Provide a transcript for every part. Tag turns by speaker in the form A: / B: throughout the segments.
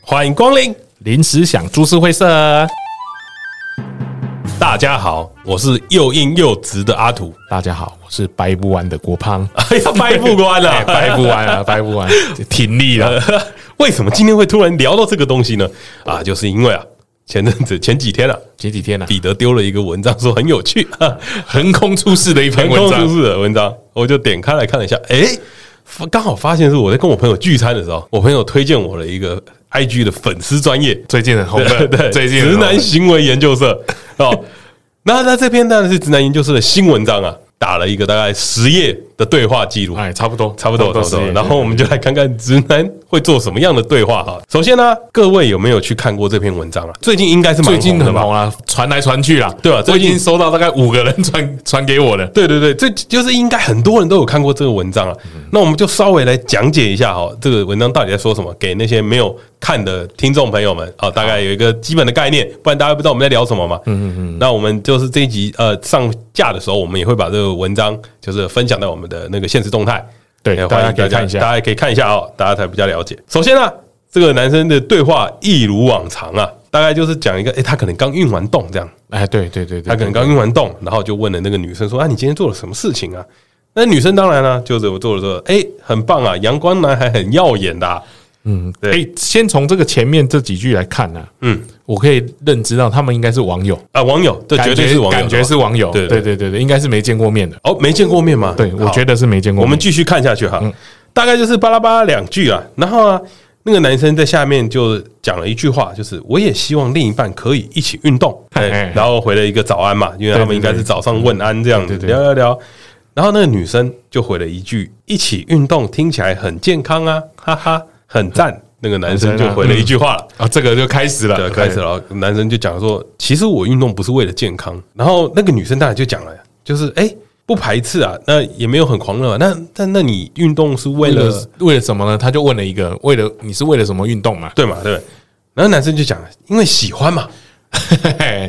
A: 欢迎光临临时想株式会社。大家好，我是又硬又直的阿土，
B: 大家好，我是掰不完的郭胖，
A: 哎呀，掰不完了、
B: 哎掰不完 啊，掰不完，挺力
A: 呃
B: 了。
A: 为什么今天会突然聊到这个东西呢？啊，就是因为啊，前阵子 前几天啊，
B: 前几天呢、啊，
A: 彼得丢了一个文章，说很有趣，
B: 横空出世的一篇
A: 横空
B: 文章
A: 出，世的文章，我就点开来看了一下，哎、发刚好发现是我在跟我朋友聚餐的时候，我朋友推荐我了一个 IG 的粉丝专业，
B: 最近很红
A: 对
B: 的，
A: 对，
B: 最近很哦
A: 直
B: 红的
A: 男行为研究社哦。那那这篇当然是直男研究社的新文章啊，打了一个大概十页的对话记录，
B: 哎，差不多，
A: 差不多，差不多。
B: 是
A: 然后我们就来看看直男会做什么样的对话哈。首先呢、各位有没有去看过这篇文章啊？最近应该是蛮
B: 最近
A: 红的
B: 很
A: 吧？
B: 红啊，传来传去啊，
A: 对啊
B: 我
A: 最
B: 已
A: 近
B: 经收到大概五个人传 传给我了。
A: 对对对，这就是应该很多人都有看过这个文章了。
B: 嗯
A: 那我们就稍微来讲解一下哈，这个文章到底在说什么，给那些没有看的听众朋友们啊，大概有一个基本的概念，不然大家不知道我们在聊什么嘛。嗯嗯嗯。那我们就是这一集呃上架的时候，我们也会把这个文章就是分享到我们的那个现实动态，
B: 对
A: 也
B: 大
A: 欢
B: 家
A: 迎
B: 可以看一下
A: 大家可以看一下哦，大家才比较了解。首先呢、啊这个男生的对话一如往常啊，大概就是讲一个，诶，哎他可能刚运完动这样。
B: 哎，对对对对，
A: 他可能刚运完动，然后就问了那个女生说：“啊，你今天做了什么事情啊？”那女生当然啦、就是我做了做了，哎、很棒啊，阳光男孩很耀眼的、啊，
B: 嗯，
A: 对
B: 哎，先从这个前面这几句来看呢，
A: 嗯
B: 我可以认知到他们应该是网友，
A: 啊，网友，这绝对是网友，
B: 感觉是网友，
A: 对
B: 对
A: 对
B: 对对对，应该是没见过面的。
A: 哦，没见过面嘛，
B: 对，我
A: 好
B: 觉得是没见过面。嗯
A: 我们继续看下去哈，大概就是巴拉巴拉两句啊，然后啊，那个男生在下面就讲了一句话，就是我也希望另一半可以一起运动，
B: 嘿嘿
A: 哎然后回了一个早安嘛，因为他们应该是早上问安这样子
B: 对对对
A: 聊聊聊，然后那个女生就回了一句一起运动听起来很健康啊，哈哈，很赞。那个男生就回了一句话了，
B: 啊，这个就开始 了，
A: 对，开始了。男生就讲说，其实我运动不是为了健康。然后那个女生当然就讲了，就是哎、诶不排斥啊，那也没有很狂热、啊。那但那你运动是为
B: 为
A: 了
B: 了为了什么呢？他就问了一个，为了你是为了什么运 动嘛？
A: 对嘛？对不对。然后男生就讲，因为喜欢嘛，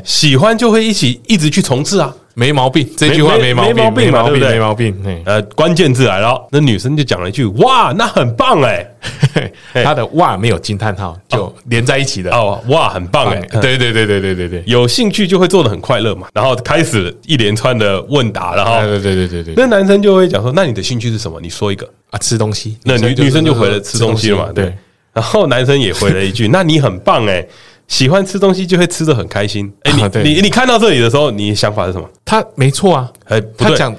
A: 喜欢就会一起一直去从事啊。
B: 没毛病，这句话
A: 没
B: 没毛病，
A: 没毛病
B: 没
A: 嘛
B: 毛
A: 对
B: 病，
A: 不对
B: 没毛病。嘿
A: 呃，关键字来了，那女生就讲了一句：“哇，那很棒哎、
B: 嗯嘿嘿 他的哇没有惊叹号，就连在一起的。
A: 哦，哇，很棒哎、
B: 哎对对对对对对对，
A: 有兴趣就会做的很快乐嘛。然后开始一连串的问答，然
B: 啊
A: 后
B: 对对对对对对
A: 那男生就会讲说：“那你的兴趣是什么？你说一个。”
B: 啊，吃东西，
A: 那女女生就回了吃东西了嘛，对
B: 对。
A: 然后男生也回了一句：“那你很棒哎、喜欢吃东西就会吃的很开心。哎、
B: 啊
A: 你
B: 对
A: 你你看到这里的时候，你想法是什么？
B: 他没错啊，
A: 哎、不
B: 他
A: 对，
B: 讲
A: 你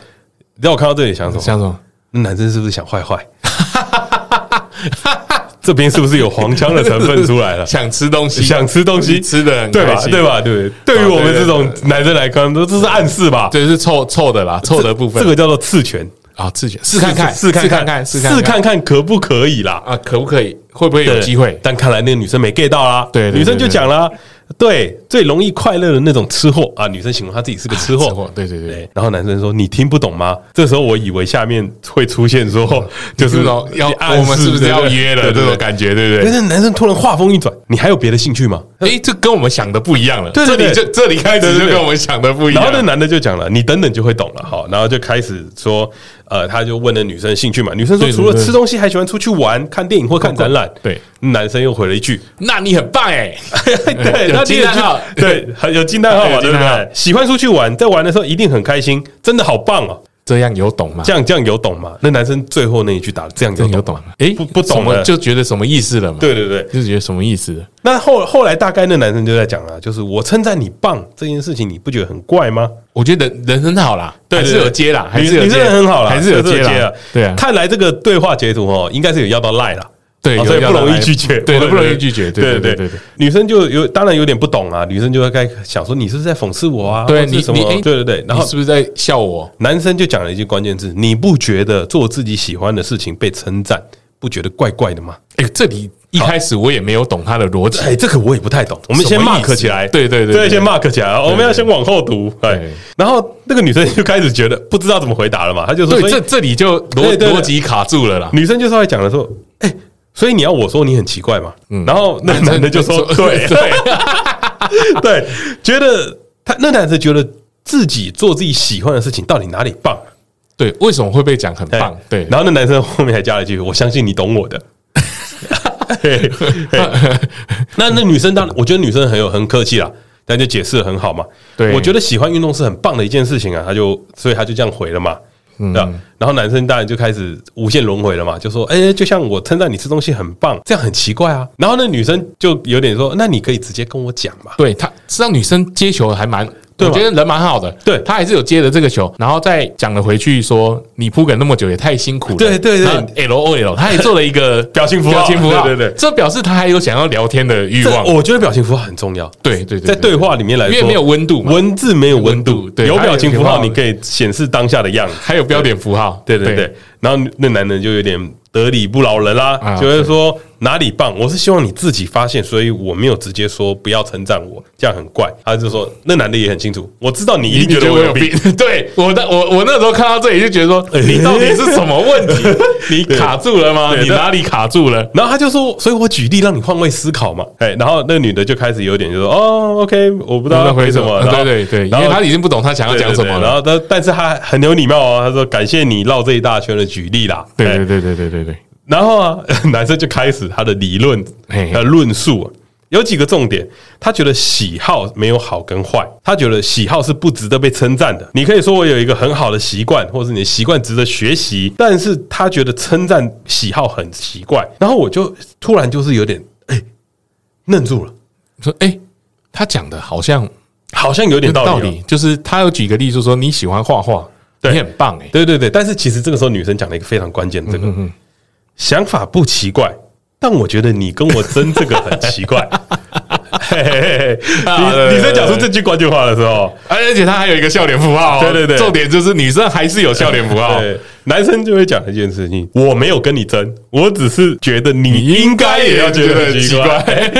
A: 知道我看到这里想什么？
B: 讲什么？
A: 那男生是不是想坏 坏？这边是不是有黄腔的成分出来了？
B: 想吃东西，
A: 想吃东西，
B: 吃的
A: 对吧？对？吧？对不对？对于
B: 哦
A: 我们这种男生来看，这是暗示吧？
B: 这是臭臭的啦，臭的部分
A: 这个叫做刺拳，
B: 啊，自己试看看，
A: 试看
B: 看
A: 看，
B: 试
A: 试
B: 看
A: 看看可不可以啦？
B: 啊，可不可以？会不会有
A: 对
B: 机会？
A: 但看来那个女生没 get 到啦。
B: 对对对
A: 女生就讲啦，对，最容易快乐的那种吃货啊，女生形容她自己是个吃
B: 吃
A: 货
B: 货。对对对
A: 对，然后男生说：“你听不懂吗？”这时候我以为下面会出现 说，就是
B: 这种要
A: 你暗示
B: 我们是不是要约了
A: 对对
B: 这
A: 对
B: 种感觉，对不
A: 但
B: 对？
A: 是男生突然话锋一转：“你还有别的兴趣吗
B: 哎，这跟我们想的不一样了。
A: 对对对
B: 这里就这里开
A: 对
B: 始
A: 对
B: 就
A: 对
B: 跟我们想的不？”一
A: 然
B: 样
A: 后
B: 了。
A: 那男的就讲了：“你等等就会懂了。”好，然后就开始说，呃，他就问了女生兴趣嘛。女生说：“
B: 对对
A: 除了
B: 对
A: 吃东西，还喜欢出去玩、看电影或看展览。”
B: 对，
A: 男生又回了一句：“
B: 那你很棒哎，
A: 对，
B: 有
A: 那
B: 惊叹号
A: 第二句， 对，很有惊叹号嘛，
B: 有
A: 对
B: 惊
A: 不
B: 叹号
A: 对？喜欢出去玩，在玩的时候一定很开心，真的好棒哦！
B: 这样有懂吗
A: 这？样这样有懂吗？那男生最后那一句打这样
B: 这
A: 有
B: 样有
A: 懂，
B: 懂吗？哎，
A: 不不懂
B: 什么
A: 了
B: 就觉得什么意思了嘛？，
A: 对对对。
B: 就觉得什么意思？
A: 那后后来大概那男生就在讲了，就是我称赞你棒这件事情，你不觉得很怪吗？
B: 我觉得人很好啦，
A: 对
B: 还
A: 对
B: 是
A: 对
B: 有接啦，还
A: 你
B: 是有
A: 你真
B: 接
A: 的，很好啦，
B: 还是有接
A: 这
B: 啦
A: 啊，
B: 对啊，
A: 看来这个对话截图哦，应该是有要到赖啦。
B: 对，
A: 哦
B: 有
A: 所以
B: 要
A: 不容
B: 来
A: 易拒绝，
B: 对，不容易拒绝，对
A: 对
B: 对对对
A: 对
B: 对。
A: 女生就有当然有点不懂啊，女生就该想说你是不是在讽刺我啊？
B: 对
A: 或是
B: 你
A: 什么
B: 你？哎
A: 对对对，然后
B: 你是不是在笑我？
A: 男生就讲了一句关键字：你不觉得做自己喜欢的事情被称赞，不觉得怪怪的吗？
B: 哎，这里一开始我也没有懂他的逻辑，
A: 哎，这个我也不太懂。我们先
B: 什么意
A: mark
B: 思
A: 起来，
B: 对对对
A: 对，
B: 对
A: 先 mark 起来啊。我们要先往后读，哎
B: 对，
A: 然后那个女生就开始觉得不知道怎么回答了嘛，她就说：
B: 对，
A: 所
B: 这
A: 以
B: 这里就
A: 对
B: 逻
A: 对对
B: 逻辑卡住了啦。
A: 女生就稍微讲了说：哎，所以你要我说你很奇怪嘛？
B: 嗯
A: 然后那男的就说：对对
B: 对，
A: 对，觉得他那男的觉得自己做自己喜欢的事情到底哪里棒？
B: 对，为什么会被讲很棒
A: 哎？
B: 对，
A: 然后那男生后面还加了一句：“我相信你懂我的。”嘿嘿那那女生当然，我觉得女生很有很客气啦，但就解释的很好嘛。
B: 对
A: 我觉得喜欢运动是很棒的一件事情啊，他就所以他就这样回了嘛。
B: 嗯
A: 对吧？然后男生当然就开始无限轮回了嘛，就说：“哎、就像我称赞你吃东西很棒，这样很奇怪啊。”然后那女生就有点说：“那你可以直接跟我讲嘛。”
B: 对他，实际上女生接球还蛮，
A: 对
B: 我
A: 吧
B: 觉得人蛮好的，
A: 对
B: 他还是有接了这个球，然后再讲了回去说你铺梗那么久也太辛苦了，
A: 对对对
B: ，L O L，他也做了一个
A: 表 情符号
B: 表情符号，
A: 对对对
B: 这表示他还有想要聊天的欲
A: 这
B: 望，
A: 我觉得表情符号很重要，
B: 对对
A: 在
B: 对，
A: 对话里面来说，
B: 因为没有温度嘛
A: 文字没有温
B: 温
A: 度
B: 度，对
A: 有
B: 它有
A: 表情符
B: 表
A: 号，
B: 情符号
A: 你可以显示当下的样子。
B: 还有标点符号，
A: 对对对，然后那男人就有点得理不饶人啦，
B: 啊
A: 就会说哪里棒，我是希望你自己发现，所以我没有直接说不要称赞我，这样很怪。他就说那男的也很清楚，我知道你一
B: 你
A: 定
B: 觉
A: 觉得
B: 得我
A: 我有
B: 有
A: 病
B: 病，？ 对我的我我那时候看到这里就觉得 说，你到底是什么问 题？你卡住了吗？
A: 对
B: 你哪里卡住了？
A: 然后他就说，所以我举例让你换位思考嘛，哎，然后那女的就开始有点就说，哦，OK，我不知道
B: 那
A: 要回
B: 回
A: 什
B: 什
A: 么
B: 么，？啊
A: 然后
B: 对对对，因
A: 然
B: 为
A: 后
B: 他已经不懂他想要讲什
A: 对
B: 么
A: 对对然
B: 了。
A: 后但但是他很有礼貌哦，他说感谢你绕这一大圈的举例啦。
B: 对
A: 哎
B: 对对对对对对，
A: 然后啊， 男生就开始他的理论
B: 嘿
A: 呃论述啊、有几个重点。他觉得喜好没有好跟坏，他觉得喜好是不值得被称赞的。你可以说我有一个很好的习惯，或是你的习惯值得学习，但是他觉得称赞喜好很奇怪。然后我就突然就是有点哎、愣住了，
B: 说哎，他讲的好像
A: 好像有点
B: 有
A: 道理哦、
B: 道理，就是他有举个例子说你喜欢画画，
A: 对
B: 你很棒哎，
A: 对对对，但是其实这个时候女生讲了一个非常关键的这个、想法不奇怪，但我觉得你跟我争这个很奇怪。嘿嘿嘿
B: 啊
A: 嘿，
B: 对对
A: 女女生
B: 对
A: 讲出
B: 对
A: 这句关键话的时候，
B: 哎而且他还有一个笑脸符 号哦，
A: 对对对
B: 重点就是女生还是有笑脸符号，
A: 对，男生就会讲一件事情：我没有跟你争，我只是觉得你应该也要觉得很奇怪。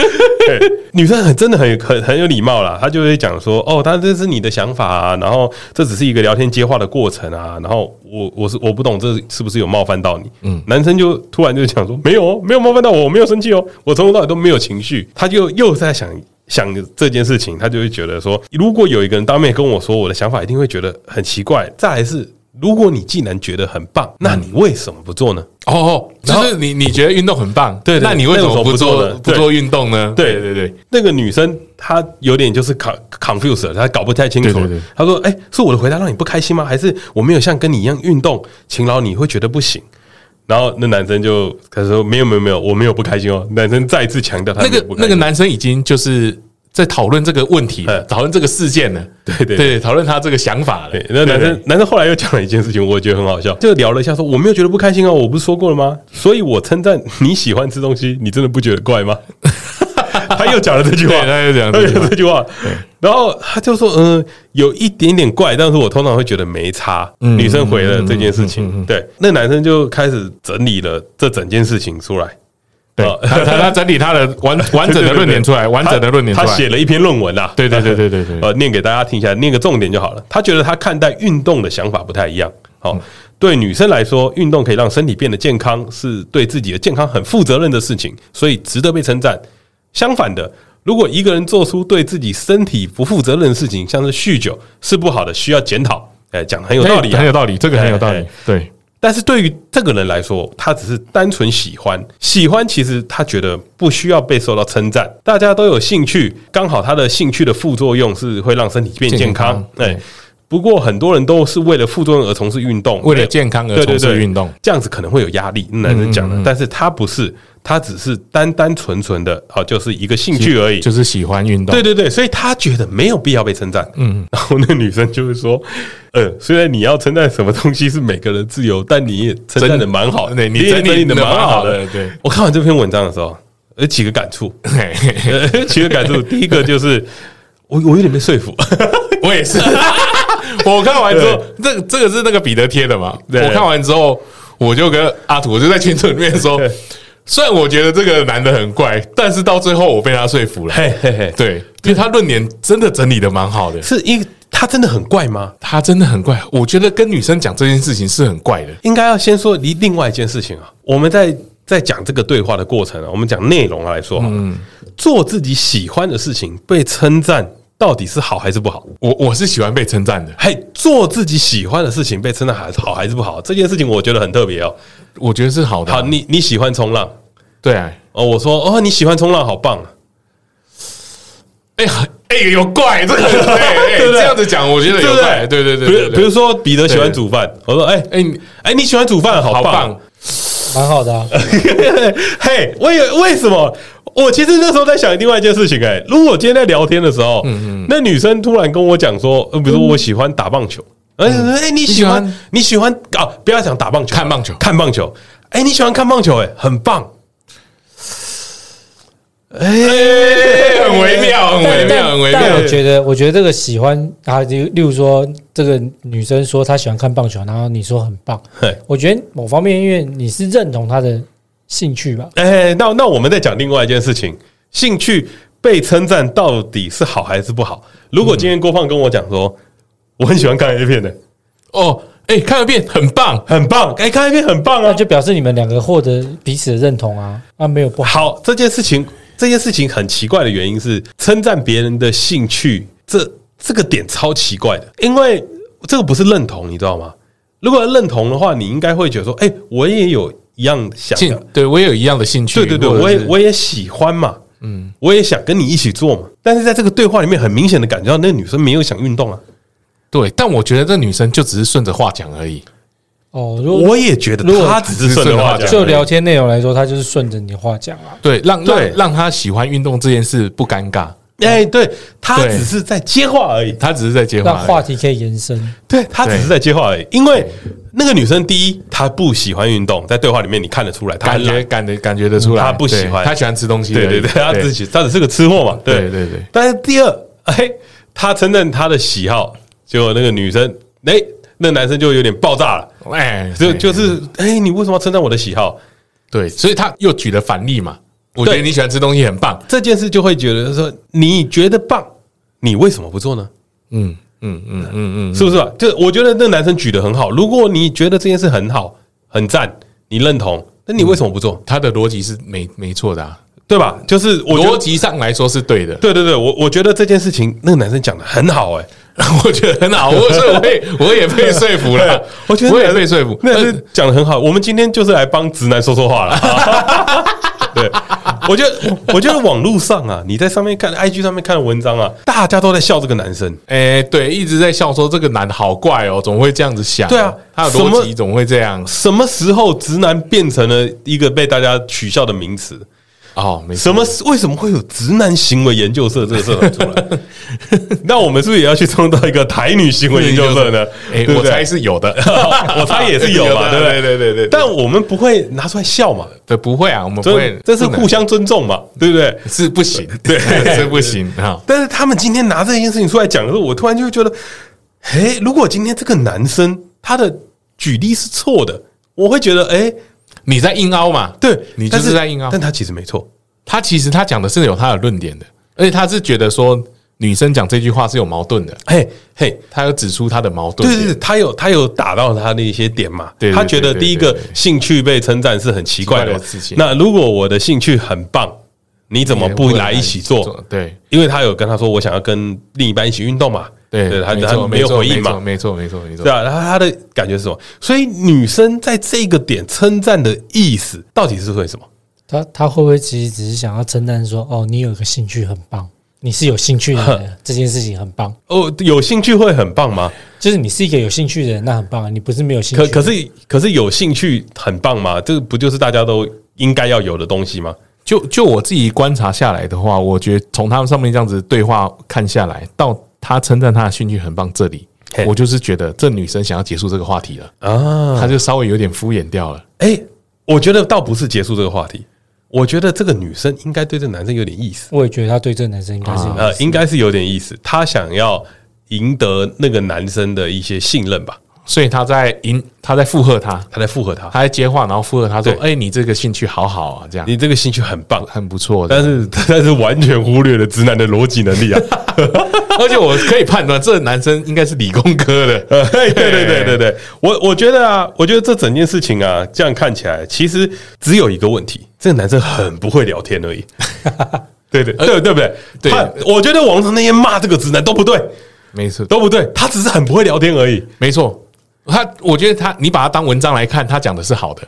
A: 对女生很真的很很很有礼貌啦，她就会讲说：“哦，她这是你的想法啊，然后这只是一个聊天接话的过程啊，然后我我是我不懂这是不是有冒犯到你？”嗯，男生就突然就讲说：“没有哦，没有冒犯到我，我没有生气哦，我从头到尾都没有情绪。”他就又在想想这件事情，他就会觉得说，如果有一个人当面跟我说我的想法，一定会觉得很奇怪。再来是，如果你既然觉得很棒，那你为什么不做呢？
B: 哦哦，就是你你觉得运动很棒，
A: 对对
B: 那你为什
A: 那为什么
B: 么
A: 不
B: 不
A: 做
B: 做
A: 呢
B: 不做运动呢？
A: 对
B: 对对，
A: 那个女生她有点就是 con confused，了她搞不太清楚
B: 对对对。
A: 她说：“哎、是我的回答让你不开心吗？还是我没有像跟你一样运动勤劳，你会觉得不行？”然后那男生就他说：“没有没有没有，我没有不开心哦。”男生再一次强调他
B: 那
A: 没有
B: 个
A: 不开
B: 那
A: 心
B: 个男生已经就是在讨论这个问题了
A: 嗯，
B: 讨论这个事件了，
A: 对对对
B: 对，讨论他这个想法了
A: 对，。那男生男生后来又讲了一件事情，我觉得很好笑，就聊了一下说我没有觉得不开心哦，我不是说过了吗？所以我称赞你喜欢吃东西，你真的不觉得怪吗？ 他又讲了这句话，哎
B: 对他又讲了
A: 他
B: 这
A: 又
B: 句话
A: 讲 这句话，然后他就说嗯、有一点点怪，但是我通常会觉得没差。
B: 嗯
A: 女生回了这件事情，对，那男生就开始整理了这整件事情出来。
B: 对
A: 哦，
B: 他他他整理他的完 完整的论点出来，完整的论点出
A: 他
B: 来
A: 写。了一篇论文啊。
B: 对对对对对对
A: 呃，念给大家听一下，念个重点就好了。他觉得他看待运动的想法不太一样。好、
B: 嗯
A: 对女生来说，运动可以让身体变得健康，是对自己的健康很负责任的事情，所以值得被称赞。相反的，如果一个人做出对自己身体不负责任的事情，像是酗酒，是不好的，需要检讨。哎，讲得很有道理、啊，
B: 很有道理，这个很有道
A: 哎
B: 理
A: 哎。
B: 对，
A: 但是对于这个人来说，他只是单纯喜欢，喜欢其实他觉得不需要被受到称赞，大家都有兴趣，刚好他的兴趣的副作用是会让身体变健康，
B: 健康
A: 哎
B: 对。
A: 不过很多人都是为了副作用而从事运动，
B: 为了健康而
A: 对对
B: 从事
A: 对
B: 运动嗯
A: 这样子可能会有压力。男生讲的，但是他不是，他只是单单纯纯的，好、就是一个兴趣而已，
B: 就是喜欢运动。
A: 对对对，所以他觉得没有必要被称赞。嗯，然后那女生就会说：“呃，虽然你要称赞什么东西是每个人自由，但你也称赞的蛮好的，
B: 对你
A: 也
B: 整理
A: 整理的
B: 得
A: 蛮
B: 蛮
A: 好
B: 好
A: 的
B: 的。”对
A: 我看完这篇文章的时候，有几个感 触，
B: 嘿嘿嘿
A: 呃几个感触。第一个就是我我有点被说服，
B: 我也是。我看完之后，这这个是那个彼得贴的嘛？
A: 对
B: 我看完之后，我就跟阿土，我就在群组里面说
A: 对，
B: 虽然我觉得这个男的很怪，但是到最后我被他说服了。
A: 嘿嘿嘿，
B: 对，因为他论点真的整理的蛮好的，
A: 是因他真的很怪吗？
B: 他真的很怪。我觉得跟女生讲这件事情是很怪的。
A: 应该要先说离另外一件事情啊，我们在。在讲这个对话的过程啊，我们讲内容来说，嗯，做自己喜欢的事情被称赞，到底是好还是不好？
B: 我我是喜欢被称赞的，
A: 嘿，做自己喜欢的事情被称赞还是好还是不好？这件事情我觉得很特别哦。
B: 我觉得是好的
A: 好，
B: 啊。
A: 你你喜欢冲浪，
B: 对啊，
A: 哦，我说哦，你喜欢冲浪，好棒、啊。
B: 哎呀，哎有怪这个， 哎哎
A: 对不对
B: 这样子讲，我觉得有怪，对啊对对
A: 比
B: 对
A: 如比
B: 对
A: 如，说彼得喜欢煮饭，我说哎
B: 哎，你
A: 哎，你喜欢煮饭，好
B: 好
A: 棒
B: 棒！，
C: 蛮好的、啊。
A: 嘿，我有为什么？我其实那时候在想另外一件事情、哎，如果我今天在聊天的时候，
B: 嗯
A: 那女生突然跟我讲说，呃，比如说我喜欢打棒球，哎、哎，你喜欢
B: 嗯你喜欢
A: 你喜欢啊？不要讲打棒球，
B: 看棒球
A: 看棒球，哎、你喜欢看棒球、哎，很棒。哎、
B: 哎很微妙，很微
C: 但
B: 妙，很微
C: 但但
B: 妙
C: 我。觉得，我觉得这个喜欢啊，例例如说，这个女生说她喜欢看棒球，然后你说很棒
A: 嘿，
C: 我觉得某方面因为你是认同她的兴趣吧，
A: 哎、那那我们再讲另外一件事情，兴趣被称赞到底是好还是不好？如
B: 嗯
A: 果今天郭胖跟我讲说，我很喜欢看 A 片的、
B: 哦，哎，看了遍，很棒。
A: 很棒，哎、看 A 片很棒
C: 那
A: 啊，
C: 就表示你们两个获得彼此的认同啊，那没有不好。
A: 好，这件事情，这件事情很奇怪的原因是，称赞别人的兴趣，这这个点超奇怪的，因为这个不是认同，你知道吗？如果认同的话，你应该会觉得说，哎、我也有一样想
B: 兴
A: 的，，
B: 对我也有一样的兴趣。
A: 对对对，
B: 或者
A: 我也
B: 是
A: 我也喜欢嘛，
B: 嗯，
A: 我也想跟你一起做嘛。但是在这个对话里面，很明显的感觉到那个女生没有想运动啊，
B: 对，但我觉得这女生就只是顺着话讲而已。
C: 哦，如果
A: 我也觉得
C: 如果
A: 她只是顺着话讲而已，
C: 就聊天内容来说，她就是顺着你的话讲啊。
B: 对，让
A: 对
B: 让让她喜欢运动这件事不尴尬，
A: 哎，对，她
B: 对
A: 只是在接话而已。
B: 她只是在接
C: 让
B: 话而已。
C: 话题可以延伸，
A: 对他只是在接话而已，因为那个女生第一，她不喜欢运动，在对话里面你看得出来，她
B: 感
A: 很
B: 觉
A: 懒
B: 感觉感觉得出来，
A: 她不喜
B: 对
A: 欢
B: 她喜欢吃东西而
A: 对对
B: 已。
A: 对，她自己她只是个吃货嘛，对
B: 对对对。
A: 但是第二，哎，她承认她的喜好，结果那个女生，哎，那个男生就有点爆炸了，
B: 哎，
A: 就
B: 对
A: 就是，哎，你为什么要称赞我的喜好？
B: 对，所以她又举了反例嘛。我觉得
A: 对
B: 你喜欢吃东西很棒，
A: 这件事就会觉得说，你觉得棒，你为什么不做呢？
B: 嗯嗯嗯嗯嗯，
A: 是不是吧？就我觉得那个男生举得很好，如果你觉得这件事很好，很赞，你认同，那你为什么不做？
B: 她的逻辑是没没错的啊，
A: 对吧？就是我觉得
B: 逻辑上来说是 对的，
A: 对对对，我我觉得这件事情那个男生讲的很好哎、，
B: 我觉得很好，我所以我也我也被说服 了
A: 我觉得
B: 我
A: 那
B: 也
A: 男
B: 被说服，
A: 那
B: 呃
A: 男生讲的很好。我们今天就是来帮直男说说话了。 对，我觉得我觉得网络上啊，你在上面看 IG 上面看的文章啊，大家都在笑这个男生。
B: 哎、对，一直在笑说这个男好怪哦，总会这样子想、
A: 对啊
B: 他的
A: 什么
B: 逻辑总会这样。
A: 什么时候直男变成了一个被大家取笑的名词？
B: 哦，没错
A: 什么？为什么会有直男行为研究社这个社团出来？ 那我们是不是也要去创造一个台女行为研究社呢？
B: 哎、
A: 对不
B: 我
A: 对
B: 猜是有的，
A: 我猜也 是有嘛，对不对？
B: 对对对对对
A: 但我们不会拿出来笑嘛，
B: 对，不会啊，我们不
A: 这
B: 会，
A: 这是
B: 不能
A: 互相尊重嘛，对不对？
B: 是不行， 对，是不行啊。
A: 但是他们今天拿这件事情出来讲的时候，我突然就会觉得，哎，如果今天这个男生他的举例是错的，我会觉得，哎，
B: 你在硬凹嘛？
A: 对
B: 你就
A: 但
B: 是在硬凹
A: 但。他其实没错，
B: 他其实他讲的是有他的论点的，而且他是觉得说女生讲这句话是有矛盾的，
A: 嘿，嘿。
B: 他有指出他的矛盾
A: 对
B: 点。
A: 对对，他有他有打到他的一些点嘛
B: 对？对
A: 他觉得
B: 对对
A: 第一个
B: 对对
A: 兴趣被称赞是很奇怪的
B: 奇怪
A: 嘛
B: 的事情
A: 那如果我的兴趣很棒，你怎么
B: 也
A: 不
B: 会
A: 来一起做？？
B: 对
A: 因为他有跟他说，我想要跟另一半一起运动嘛。
B: 对
A: 他
B: 没
A: 他
B: 错
A: 没有回应嘛？
B: 没错没错没错没
A: 对
B: 错。
A: 啊，然后他的感觉是什么？所以女生在这个点称赞的意思到底是为什么？
C: 她她会不会其实只是想要称赞说，哦，你有一个兴趣很棒，你是有兴趣的 人，这件事情很棒，
A: 哦，有兴趣会很棒吗？
C: 就是你是一个有兴趣的人，那很棒啊，你不是没有兴
A: 可
C: 趣，
A: 可是可是有兴趣很棒吗？这不就是大家都应该要有的东西吗？
B: 就就我自己观察下来的话，我觉得从他们上面这样子对话看下来，到他称赞他的兴趣很棒这里
A: 嘿，
B: 我就是觉得这女生想要结束这个话题了，
A: 啊，
B: 她就稍微有点敷衍掉了。
A: 哎、我觉得倒不是结束这个话题，我觉得这个女生应该对这男生有点意思，
C: 我也觉得她对这个男生应该是
B: 啊
C: 有
A: 呃，应该是有点意思，她想要赢得那个男生的一些信任吧，
B: 所以他在引，他在附和他，
A: 她在附和他，
B: 他在接话，然后附和他说：“
A: 对
B: 哎、你这个兴趣好好啊，这样
A: 你这个兴趣很棒。
B: 很不错。”
A: 但是， 但是完全忽略了直男的逻辑能 力啊！
B: 而且我可以判断，这男生应该是理工科 的。
A: 呃对对对对对对，我我觉得啊，我觉得这整件事情啊，这样看起来其实只有一个问题，这个男生很不会聊天而已。对对对对不对？
B: 呃对
A: 他我觉得网上那些骂这个直男都不对，
B: 没错，
A: 都不对，他只是很不会聊天而已，
B: 没错。他，我觉得他，你把他当文章来看，他讲的是好的；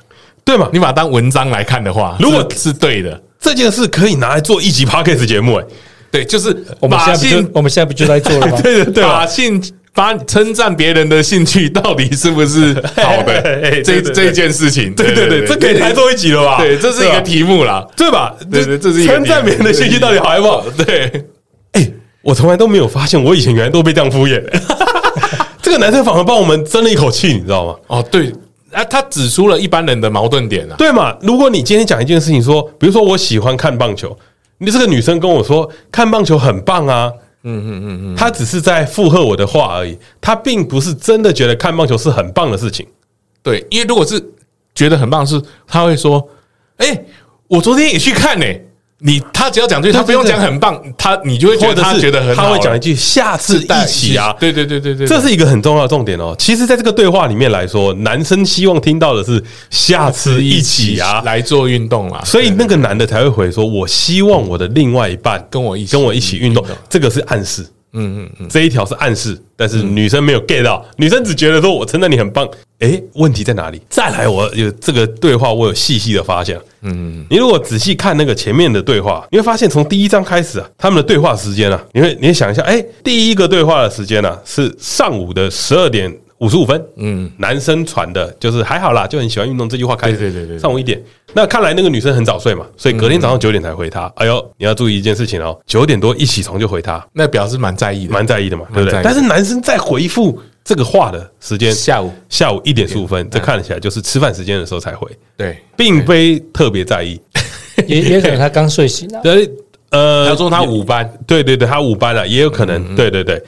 A: 对吗？
B: 你把他当文章来看的话，
A: 如果
B: 是是对的，
A: 这件事可以拿来做一集 podcast 节目、哎，
B: 对，就是
C: 我们
B: 把
C: 现在不
B: 兴
C: 就我们现在不就在做了 吗？
B: 对的，对
A: 吧
B: 把兴把称赞别人的兴趣到底是不 是好
A: 哎
B: 的
A: 对
B: 这
A: 对
B: 这一件事情，对对对，
A: 这可以拿来做一集了吧？
B: 对，这是一个
A: 吧
B: 题目啦。
A: 对吧？
B: 对对，这是一个
A: 称赞别人的兴趣到底好还不好？
B: 对，
A: 哎，我从来都没有发现，我以前原来都被这样敷衍。 这个男生反而帮我们争了一口气，你知道吗？
B: 哦对，啊，他指出了一般人的矛盾点啊。
A: 对嘛？如果你今天讲一件事情说，比如说我喜欢看棒球，你这个女生跟我说看棒球很棒啊，嗯嗯嗯嗯，她只是在附和我的话而已，她并不是真的觉得看棒球是很棒的事情。
B: 对，因为如果是觉得很棒，是他会说：“哎、我昨天也去看呢、你他只要讲这句，
A: 对
B: 他不用
A: 对对
B: 讲很棒，他你就会觉
A: 或
B: 得
A: 者
B: 他
A: 是
B: 觉得很好啊
A: 他
B: 了。
A: 会讲一句“下次一起啊
B: 对对对对”，对，
A: 这是一个很重要的重点哦。其实，在这个对话里面来说，男生希望听到的是“下次一起啊”，
B: 来做运动啦。
A: 所以那个男的才会回说：“我希望我的另外一半
B: 跟我一起
A: 跟我一起运动。”这个是暗示，
B: 嗯嗯嗯，
A: 这一条是暗示，但是女生没有 get 到，女生只觉得说我称赞你很棒。诶，问题在哪里？再来，我有这个对话，我有细细的发现。嗯，你如果仔细看那个前面的对话，你会发现从第一章开始啊，他们的对话时间啊，你会你会想一下，诶，第一个对话的时间啊是上午的十二点五十五分。嗯，男生传的就是还好啦，就很喜欢运动这句话开始。
B: 对对对对对
A: 上午一点。那看来那个女生很早睡嘛，所以隔天早上九点才回他。哎呦，你要注意一件事情哦，九点多一起床就回他，
B: 那表示蛮在意的。
A: 蛮在意的嘛，对不
B: 在
A: 对
B: 意？的
A: 但是男生在回复这个话的时间，
B: 下午
A: 下午一点十五分，这看起来就是吃饭时间的时候才回，
B: 对，
A: 并非特别在意。
C: 也也可能他刚睡醒啊，
A: 呃呃，
B: 他说他五嗯班，
A: 对对对，他五班啊了，也有可能，对对对。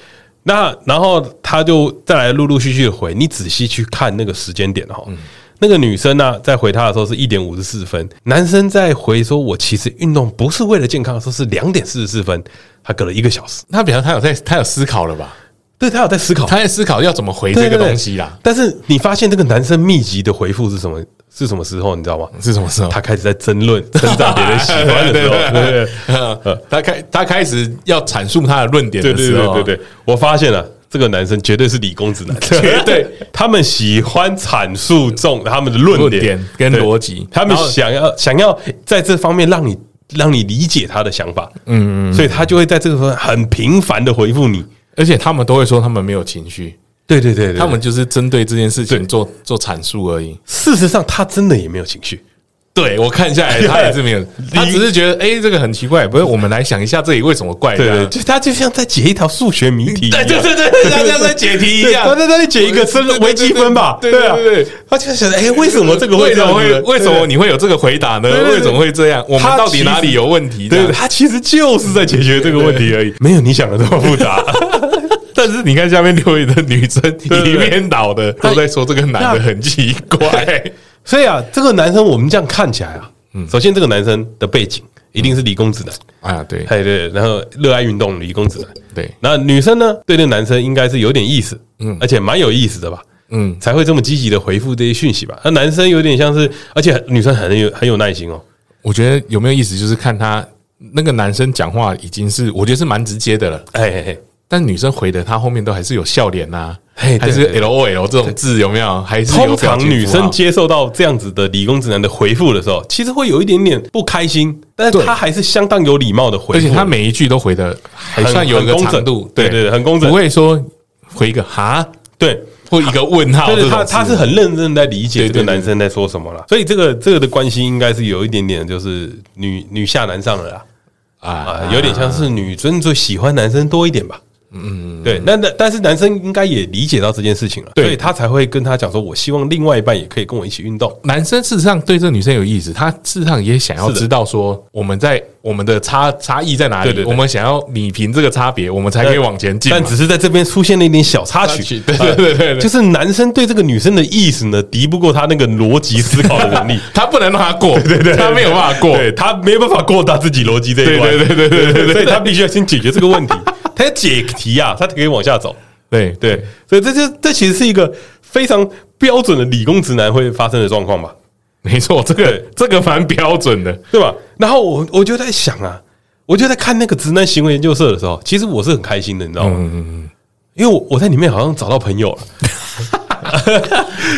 A: 那然后他就再来陆陆续续的回，你仔细去看那个时间点哈。
B: 嗯
A: 那个女生呢、在回他的时候是一点五十四分，男生在回说“我其实运动不是为了健康”的时候是两点四十四分，他隔了一个小时，
B: 那表示他有在，他有思考了吧？
A: 对他有在思考
B: 他在思考要怎么回
A: 对
B: 这个
A: 对对
B: 东西啦。
A: 但是你发现这个男生密集的回复是什么？是什么时候？你知道吗？
B: 是什么时候？
A: 他开始在争论、称赞别人喜欢的时候，对对对
B: 对对对， 他开他开始要阐述他的论点
A: 对
B: 的
A: 对
B: 时候，啊
A: 对对对，我发现了。这个男生绝对是理工直男，
B: 绝 对，
A: 他们喜欢阐述重他们的论
B: 论
A: 点
B: 点跟
A: 对
B: 逻辑
A: 他们
B: 然后
A: 想要想要在这方面让你让你理解他的想法，嗯嗯，所以他就会在这个时候很频繁的回复你，
B: 而且他们都会说他们没有情绪，
A: 对对对对，
B: 他们就是针对这件事
A: 对
B: 情做做阐述而已。
A: 事实上他真的也没有情绪，
B: 对我看下来，他也是没有，他只是觉得哎、这个很奇怪。不是，我们来想一下这里为什么怪
A: 对
B: 他
A: 对，就他就像在解一条数学谜题一样，
B: 对对对对对，像像在解题一样
A: 他。在那里解一个分微积分吧，
B: 对对
A: 啊
B: 对对对，
A: 他就想，哎，为什么这个会
B: 为
A: 这
B: 什
A: 样子
B: 么会
A: 呢
B: 为什么？你会有这个回答呢？
A: 对对对
B: 为什么会这样？我们
A: 他
B: 到底哪
A: 其
B: 里
A: 实
B: 有问题？
A: 对
B: 这
A: 对，
B: 样
A: 他其实就是在解决这个问题而已，没有你想的这么复杂。
B: 但是你看下面留言的女生
A: 对对
B: 一面倒的都在说这个男的很奇怪，
A: 所以啊，这个男生我们这样看起来啊，
B: 嗯
A: 首先这个男生的背景一定是理工直男，
B: 啊，对嗯
A: 哎对，然后热爱运动，理工直男。
B: 对，
A: 那女生呢，对这个男生应该是有点意思，嗯，而且蛮有意思的吧。
B: 嗯，
A: 才会这么积极的回复这些讯息吧？那男生有点像是，而且女生很有很有耐心哦。
B: 我觉得有没有意思，就是看他那个男生讲话已经是，我觉得是蛮直接的了。
A: 哎哎哎，
B: 但女生回的，她后面都还是有笑脸呐、
A: 嘿对
B: 还是
A: 对
B: L O L 这种字有没有？还是有
A: 通
B: 表
A: 常
B: 情符号
A: 女生接受到这样子的理工直男的回复的时候，其实会有一点点不开心，但是
B: 对
A: 他还是相当有礼貌的回
B: 而
A: 复，
B: 且她每一句都回的还
A: 很
B: 算有一个
A: 很工
B: 长
A: 整
B: 度，
A: 对对对很工整
B: 不会说回一个哈
A: 对。
B: 或一个问号
A: 就
B: 这
A: 是
B: 种
A: 他，
B: 字
A: 他是很认真地在理解
B: 对
A: 这
B: 对
A: 个男生在说什么了，所以这个这个的关系应该是有一点点就是女女下男上了啦，啊，有点像是女生就喜欢男生多一点吧，嗯嗯，对，那那但是男生应该也理解到这件事情了，
B: 对
A: 所以他才会跟他讲说，我希望另外一半也可以跟我一起运动，
B: 男生事实上对这女生有意思，他事实上也想要
A: 是的
B: 知道说我们在我们的差差异在哪里，
A: 对对对
B: 我们想要米平这个差别，我们才可以往前进嘛。
A: 但只是在这边出现了一点小插曲，呃
B: 插曲对对对对对
A: 就是男生对这个女生的意思呢，敌不过他那个逻辑思考的 能力。
B: 他不能让他 过，对对对他没有办法过，
A: 对他没办法过他自己逻辑这一关，
B: 对对对对对对对
A: 所以他必须要先解决这个问 题，他要解题啊，他才可以往下走。
B: 对对
A: 对，所以这就这其实是一个非常标准的理工直男会发生的状况吧，
B: 没错，这个
A: 对
B: 这个蛮标准的。
A: 对吧？然后我我就在想啊，我就在看那个直男行为研究社的
B: 嗯
A: 时候，其实我是很开心的，你知道吗？因为我我在里面好像找到朋友了。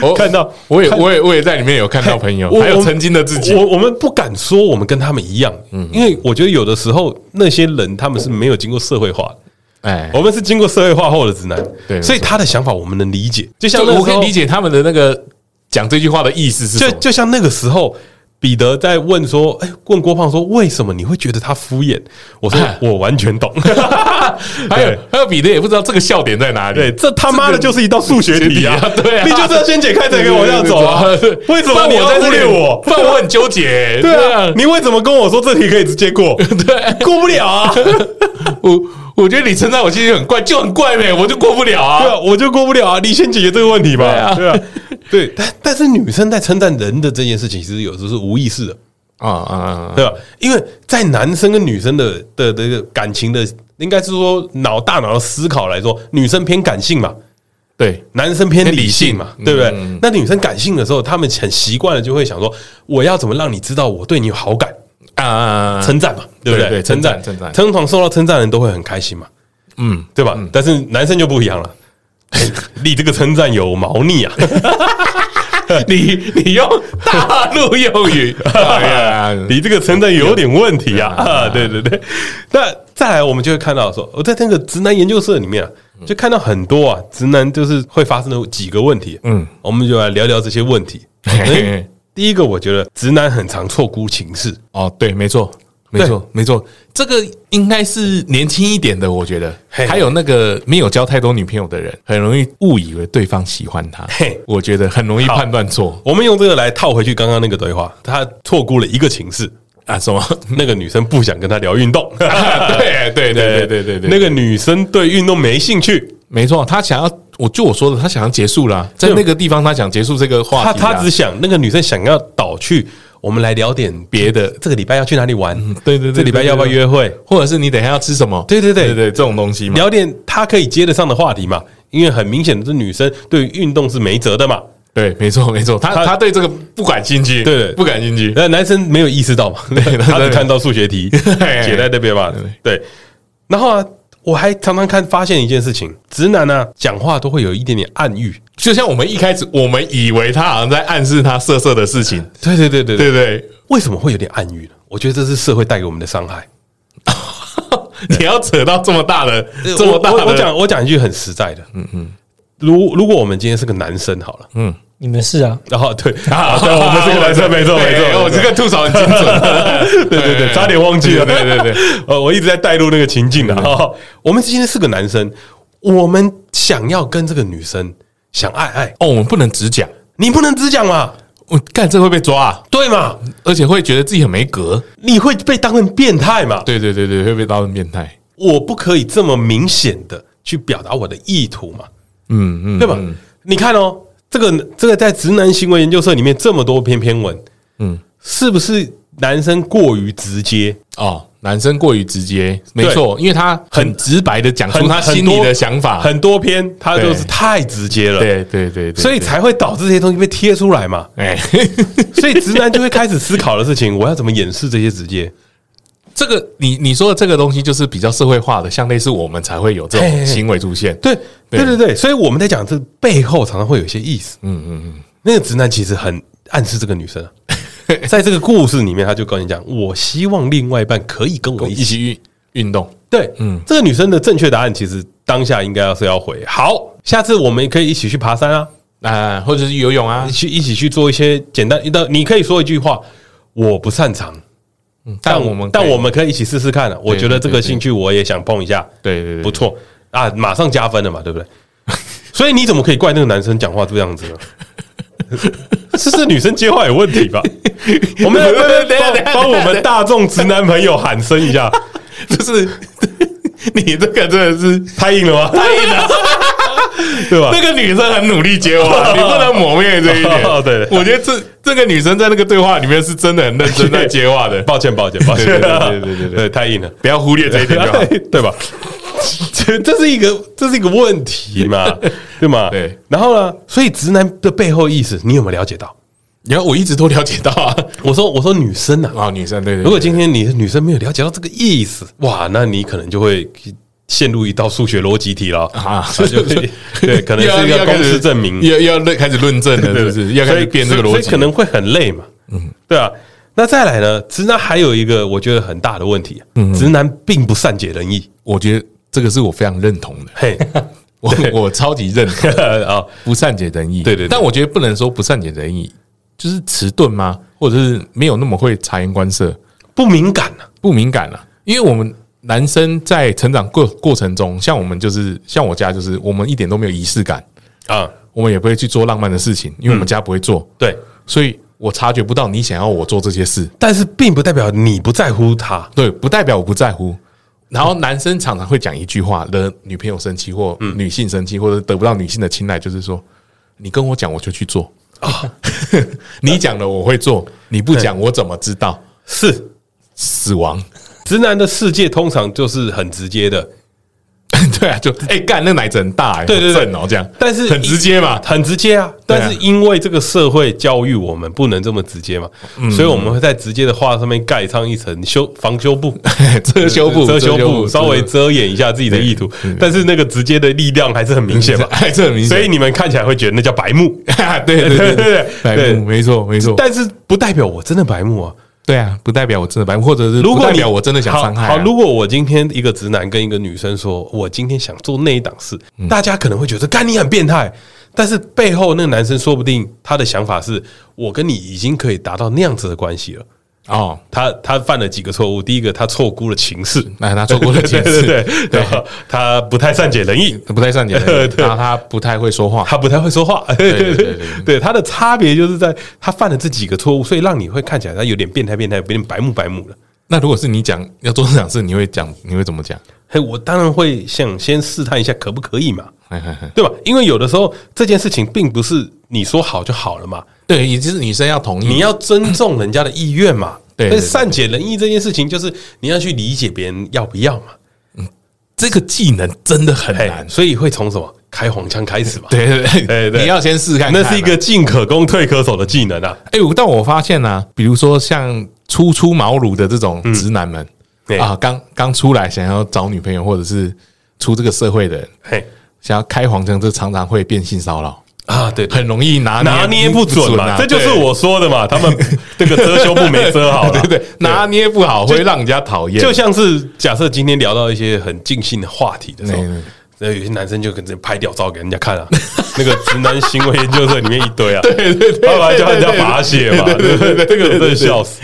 B: 我
A: 看到
B: 哦我也我也我也在里面有看到朋友，
A: 我
B: 还有
A: 我
B: 曾经的自己。嗯
A: 我我们不敢说我们跟他们一样，因为我觉得有的时候那些人他们是没有经过社会化的，
B: 哎，
A: 我们是经过社会化后的直男，
B: 对
A: 所以他的想法我们能理解。就像
B: 就
A: 那个
B: 我可
A: 时
B: 以
A: 候
B: 理，解他们的那个讲这句话的意思是什
A: 就
B: 么。
A: 就像那个时候。彼得在问说：“哎、问郭胖说，为什么你会觉得他敷衍？”我说：“我完全懂。
B: 啊 还有
A: 对
B: 还有彼得也不知道这个笑点在哪里。
A: 对，这他妈的就是一道数学题啊！
B: 这个对啊
A: 你就是要先解开这个往下走啊！为什么你要忽略我？
B: 不然我很纠 结。
A: 对啊，你为什么跟我说这题可以直接过？
B: 对，
A: 过不了啊！
B: 我我觉得你称赞我其实很怪，就很怪呗，我就过不了
A: 对
B: 啊。
A: 啊，我就过不了啊！你先解决这个问题吧。
B: 对
A: 对 啊，对，但但是女生在称赞人的这件事情，其实有时候是无意识的，
B: 啊啊
A: 对吧？因为在男生跟女生的的的的感情的，应该是说脑大脑的思考来说，女生偏感性嘛，
B: 对，
A: 男生偏理性嘛，
B: 偏理性
A: 对不对？
B: 嗯
A: 那女生感性的时候，他们很习惯了，就会想说，我要怎么让你知道我对你有好感？
B: 啊，
A: 称赞嘛，对不
B: 对对
A: 称赞，
B: 称赞称赞
A: 通常受到称赞的人都会很开心嘛，
B: 嗯，
A: 对吧？但是男生就不一样 了，哎你这个称赞有毛腻啊！
B: 你你用 大陆用语， 哎呀，
A: 你这个称赞有点问题 啊！啊，对对对。那再来，我们就会看到说，我在那个直男研究社里面啊，
B: 嗯
A: 就看到很多啊，直男就是会发生的几个问题。
B: 嗯
A: 嗯，我们就来聊聊这些问题。哎第一个，我觉得直男很常错估情势，
B: 哦，对，没错，没错，没错，这个应该是年轻一点的，我觉得，
A: 嘿
B: 还有那个没有交太多女朋友的人，很容易误以为对方喜欢他
A: 嘿，
B: 我觉得很容易判断错
A: 我们用这个来套回去刚刚那个对话，他错估了一个情势，
B: 啊，什么？
A: 那个女生不想跟他聊运动。
B: 对对对对对对对，
A: 那个女生对运动没兴趣，
B: 没错，他想要，我就我说的，他想要结束啦，在
A: 就
B: 那个地方，他想结束这个话
A: 她
B: 题啦，啊
A: 她只想那个女生想要倒去，我们来聊点别的，这个礼拜要去哪里玩？
B: 对对对，
A: 这礼拜要不要
B: 对？对
A: 约会？
B: 嗯对嗯或者是你等一下要吃什么？
A: 对对
B: 对
A: 对，
B: 对，这种东西嘛，
A: 聊点她可以接得上的话题嘛，因为很明显的这女生对于运动是没辙的嘛，
B: 对，没错没错，他
A: 他
B: 他对这个不感兴趣，
A: 对对
B: 不感兴趣，
A: 那呃男生没有意识到嘛，他
B: 对
A: 只看到数学 题写在那边嘛，对。然后啊，我还常常看发现一件事情，直男呢、啊、讲话都会有一点点暗喻，
B: 就像我们一开始，我们以为他好像在暗示他色色的事情，
A: 对对对对
B: 对不对？
A: 为什么会有点暗喻呢？我觉得这是社会带给我们的伤害。
B: 你要扯到这么大的，这么大
A: 呃我
B: 的，
A: 我我讲我讲一句很实在的，嗯嗯，如如果我们今天是个男生好了，
C: 你们是啊，
A: 然后对啊，对，我们是个男生，没错没
B: 对
A: 错，
B: 我这个吐槽很精 准，
A: 对对对，差点忘记了，
B: 对 嗯对对对，
A: 呃，我一直在带入那个情境的哈。我们今天是个男生，我们想要跟这个女生想爱爱，
B: 哦，我们不能只讲，
A: 你不能只讲嘛，
B: 我干这会被抓啊，
A: 对嘛？
B: 而且会觉得自己很没格，
A: 你会被当成变态嘛？
B: 对对对对，会被当成变态，
A: 我不可以这么明显的去表达我的意图嘛？
B: 嗯嗯，
A: 对吧？你看哦，这个这个在直男行为研究社里面这么多篇篇文，
B: 嗯
A: 嗯，是不是男生过于直接，
B: 哦，男生过于直接，没
A: 对
B: 错，因为他很直白的讲出
A: 很
B: 他
A: 很
B: 心
A: 多
B: 里的想法，
A: 很多篇他
B: 啊对
A: 就是太直接了，
B: 对对对对，
A: 所以才会导致这些东西被贴出来 嘛。
B: 哎，
A: 所以直男就会开始思考的事情，我要怎么掩饰这些直接？
B: 这个你你说的这个东西就是比较社会化的，像类似我们才会有这
A: 嘿嘿
B: 种
A: 嘿
B: 行为出现。
A: 对，
B: 对
A: 对对对，所以我们在讲这背后常常会有一些意思。嗯嗯嗯，那个直男其实很暗示这个女生 啊。在这个故事里面，他就跟你讲，我希望另外一半可以跟我
B: 跟我
A: 一起
B: 一起运运动。
A: 对，嗯，这个女生的正确答案其实当下应该要是要回好，下次我们也可以一起去爬山啊，
B: 啊，或者是游泳啊
A: 一，起一起去做一些简单的。你可以说一句话，我不擅长，
B: 嗯但我们
A: 嗯但我们可以一起试试看啊。我觉得这
B: 对对
A: 个兴趣我也想碰一下，
B: 对对对
A: 不错啊，马上加分了嘛，对 不对？所以你怎么可以怪那个男生讲话这样子呢？ 是是女生接话有问题 吧？我们
B: 等一下等一下
A: 帮
B: 等一下
A: 帮我们大众直男朋友喊声一下，
B: 就是 你这个真的是
A: 太硬了吗？太硬了， 对吧？
B: 那个女生很努力接我 啊，你不能抹灭这一点。
A: 哦 对
B: 我觉得这这个女生在那个对话里面是真的 很认真在接话的，
A: 抱歉，抱歉，抱歉，
B: 对对对对对对
A: 太硬了，
B: 不要忽略这一点 就好。
A: 哎对吧？这这是一个这是一个问题嘛， 对吗？
B: 对。
A: 然后呢？所以直男的背后意思，你有没有了解到？
B: 然后我一直都了解到啊，
A: 我说我说女生啊，
B: 啊，女生对对，
A: 如果今天你的女生没有了解到这个意思，哇，那你可能就会陷入一道数学逻辑题了
B: 啊
A: 啊，就对，可能是一个公式证明，
B: 要要论开始论证了，是不是？要开
A: 所以
B: 始变这个
A: 所
B: 逻
A: 以
B: 辑，
A: 可能会很累嘛。嗯，对啊。那再来呢？直男还有一个我觉得很大的问题，啊
B: 嗯
A: 直男并不善解人意。
B: 我觉得这个是我非常认同的，
A: 嘿，
B: 我我超级认同，
A: 啊，
B: 不善解人意。
A: 对对对
B: 但我觉得不能说不善解人意，就是迟钝吗？或者是没有那么会察言观色，
A: 不敏感啊，
B: 不敏感了、因为我们男生在成长过过程中，像我们就是像我家就是我们一点都没有仪式感，
A: 啊，
B: 我们也不会去做浪漫的事情，
A: 嗯
B: 因为我们家不会做，
A: 对。
B: 所以我察觉不到你想要我做这些事。
A: 但是并不代表你不在乎他。
B: 对，不代表我不在乎。然后男生常常会讲一句话，惹女朋友生气或
A: 嗯
B: 女性生气，或者得不到女性的青睐，就是说你跟我讲，我就去做
A: 哦
B: 啊， 你讲了我会做，你不讲我怎么知道？
A: 是
B: 死亡，
A: 直男的世界通常就是很直接的，
B: 对啊，就哎干、那奶子很大、欸，
A: 对对对
B: 很正哦、这样，
A: 但是
B: 很直 接嘛，
A: 很直接啊。
B: 对啊
A: 但是因为这个社会教育我们不能这么直接嘛，
B: 嗯
A: 所以我们会在直接的话上面盖上一层修防修布。
B: 遮羞布，
A: 遮羞布，稍微遮掩一下自己的意图，但是那个直接的力量还是很明显嘛，
B: 哎， 这很明显，啊
A: 所以你们看起来会觉得那叫白目，
B: 对对 对
A: 对对
B: 对
A: 对，
B: 白目，没错没错，
A: 但是不代表我真的白目啊。
B: 对啊，不代表我真的白目，或者是
A: 如
B: 不
A: 果
B: 代
A: 你
B: 表我真的想伤害啊、
A: 好，好如果我今天一个直男跟一个女生说，我今天想做那一档事，
B: 嗯
A: 大家可能会觉得干你很变态，但是背后那个男生说不定他的想法是我跟你已经可以达到那样子的关系了。
B: 哦，
A: 他他犯了几个错误，第一个他错估了情 势，
B: 那他错过了几
A: 对
B: 次，
A: 对对 对，然后他不太善解人意，
B: 不太善解 人意，然后他不太会说话，
A: 他不太会说话， 对
B: 对对对
A: 对，他的差别就是在他犯了这几个错误，所以让你会看起来他有点变态变态，有点白目白目了。
B: 那如果是你讲要做这档事，你会讲你会怎么 讲？
A: 嘿，我当然会想先试探一下可不可以嘛，
B: 嘿嘿嘿
A: 对吧？因为有的时候这件事情并不是你说好就好了嘛，
B: 对，也就是女生要同意，
A: 你要尊重人家的意愿 嘛。
B: 对对
A: 但
B: 对
A: 是善解人意这件事情，就是你要去理解别人要不要嘛。
B: 这个技能真的很
A: 嘿
B: 难，。
A: 所以会从什么开黄腔开始嘛？
B: 对对
A: 对
B: 对
A: 对
B: 你要先试看看嘛
A: 那是一个进可攻退可守的技能啊。
B: 哎、我但我发现呢、比如说像初出茅庐的这种直男们、
A: 嗯对
B: 啊，刚刚出来想要找女朋友，或者是出这个社会的人，
A: 嘿
B: 想要开黄腔，这常常会变性骚扰，
A: 啊，对，
B: 很容易拿
A: 拿捏不准嘛，
B: 啊
A: 这就是
B: 对
A: 我说的嘛，他 们这个遮羞布没遮好啦，啊
B: 对对对，拿捏不好会让人家讨厌，
A: 就像是假设今天聊到一些很尽兴的话题的时候
B: 对对，
A: 那有些男生就跟着拍屌照给人家看啊，那个直男行为研究社里面一堆啊，对对对，后来叫人家罚写嘛，对对对，这个我真的笑死。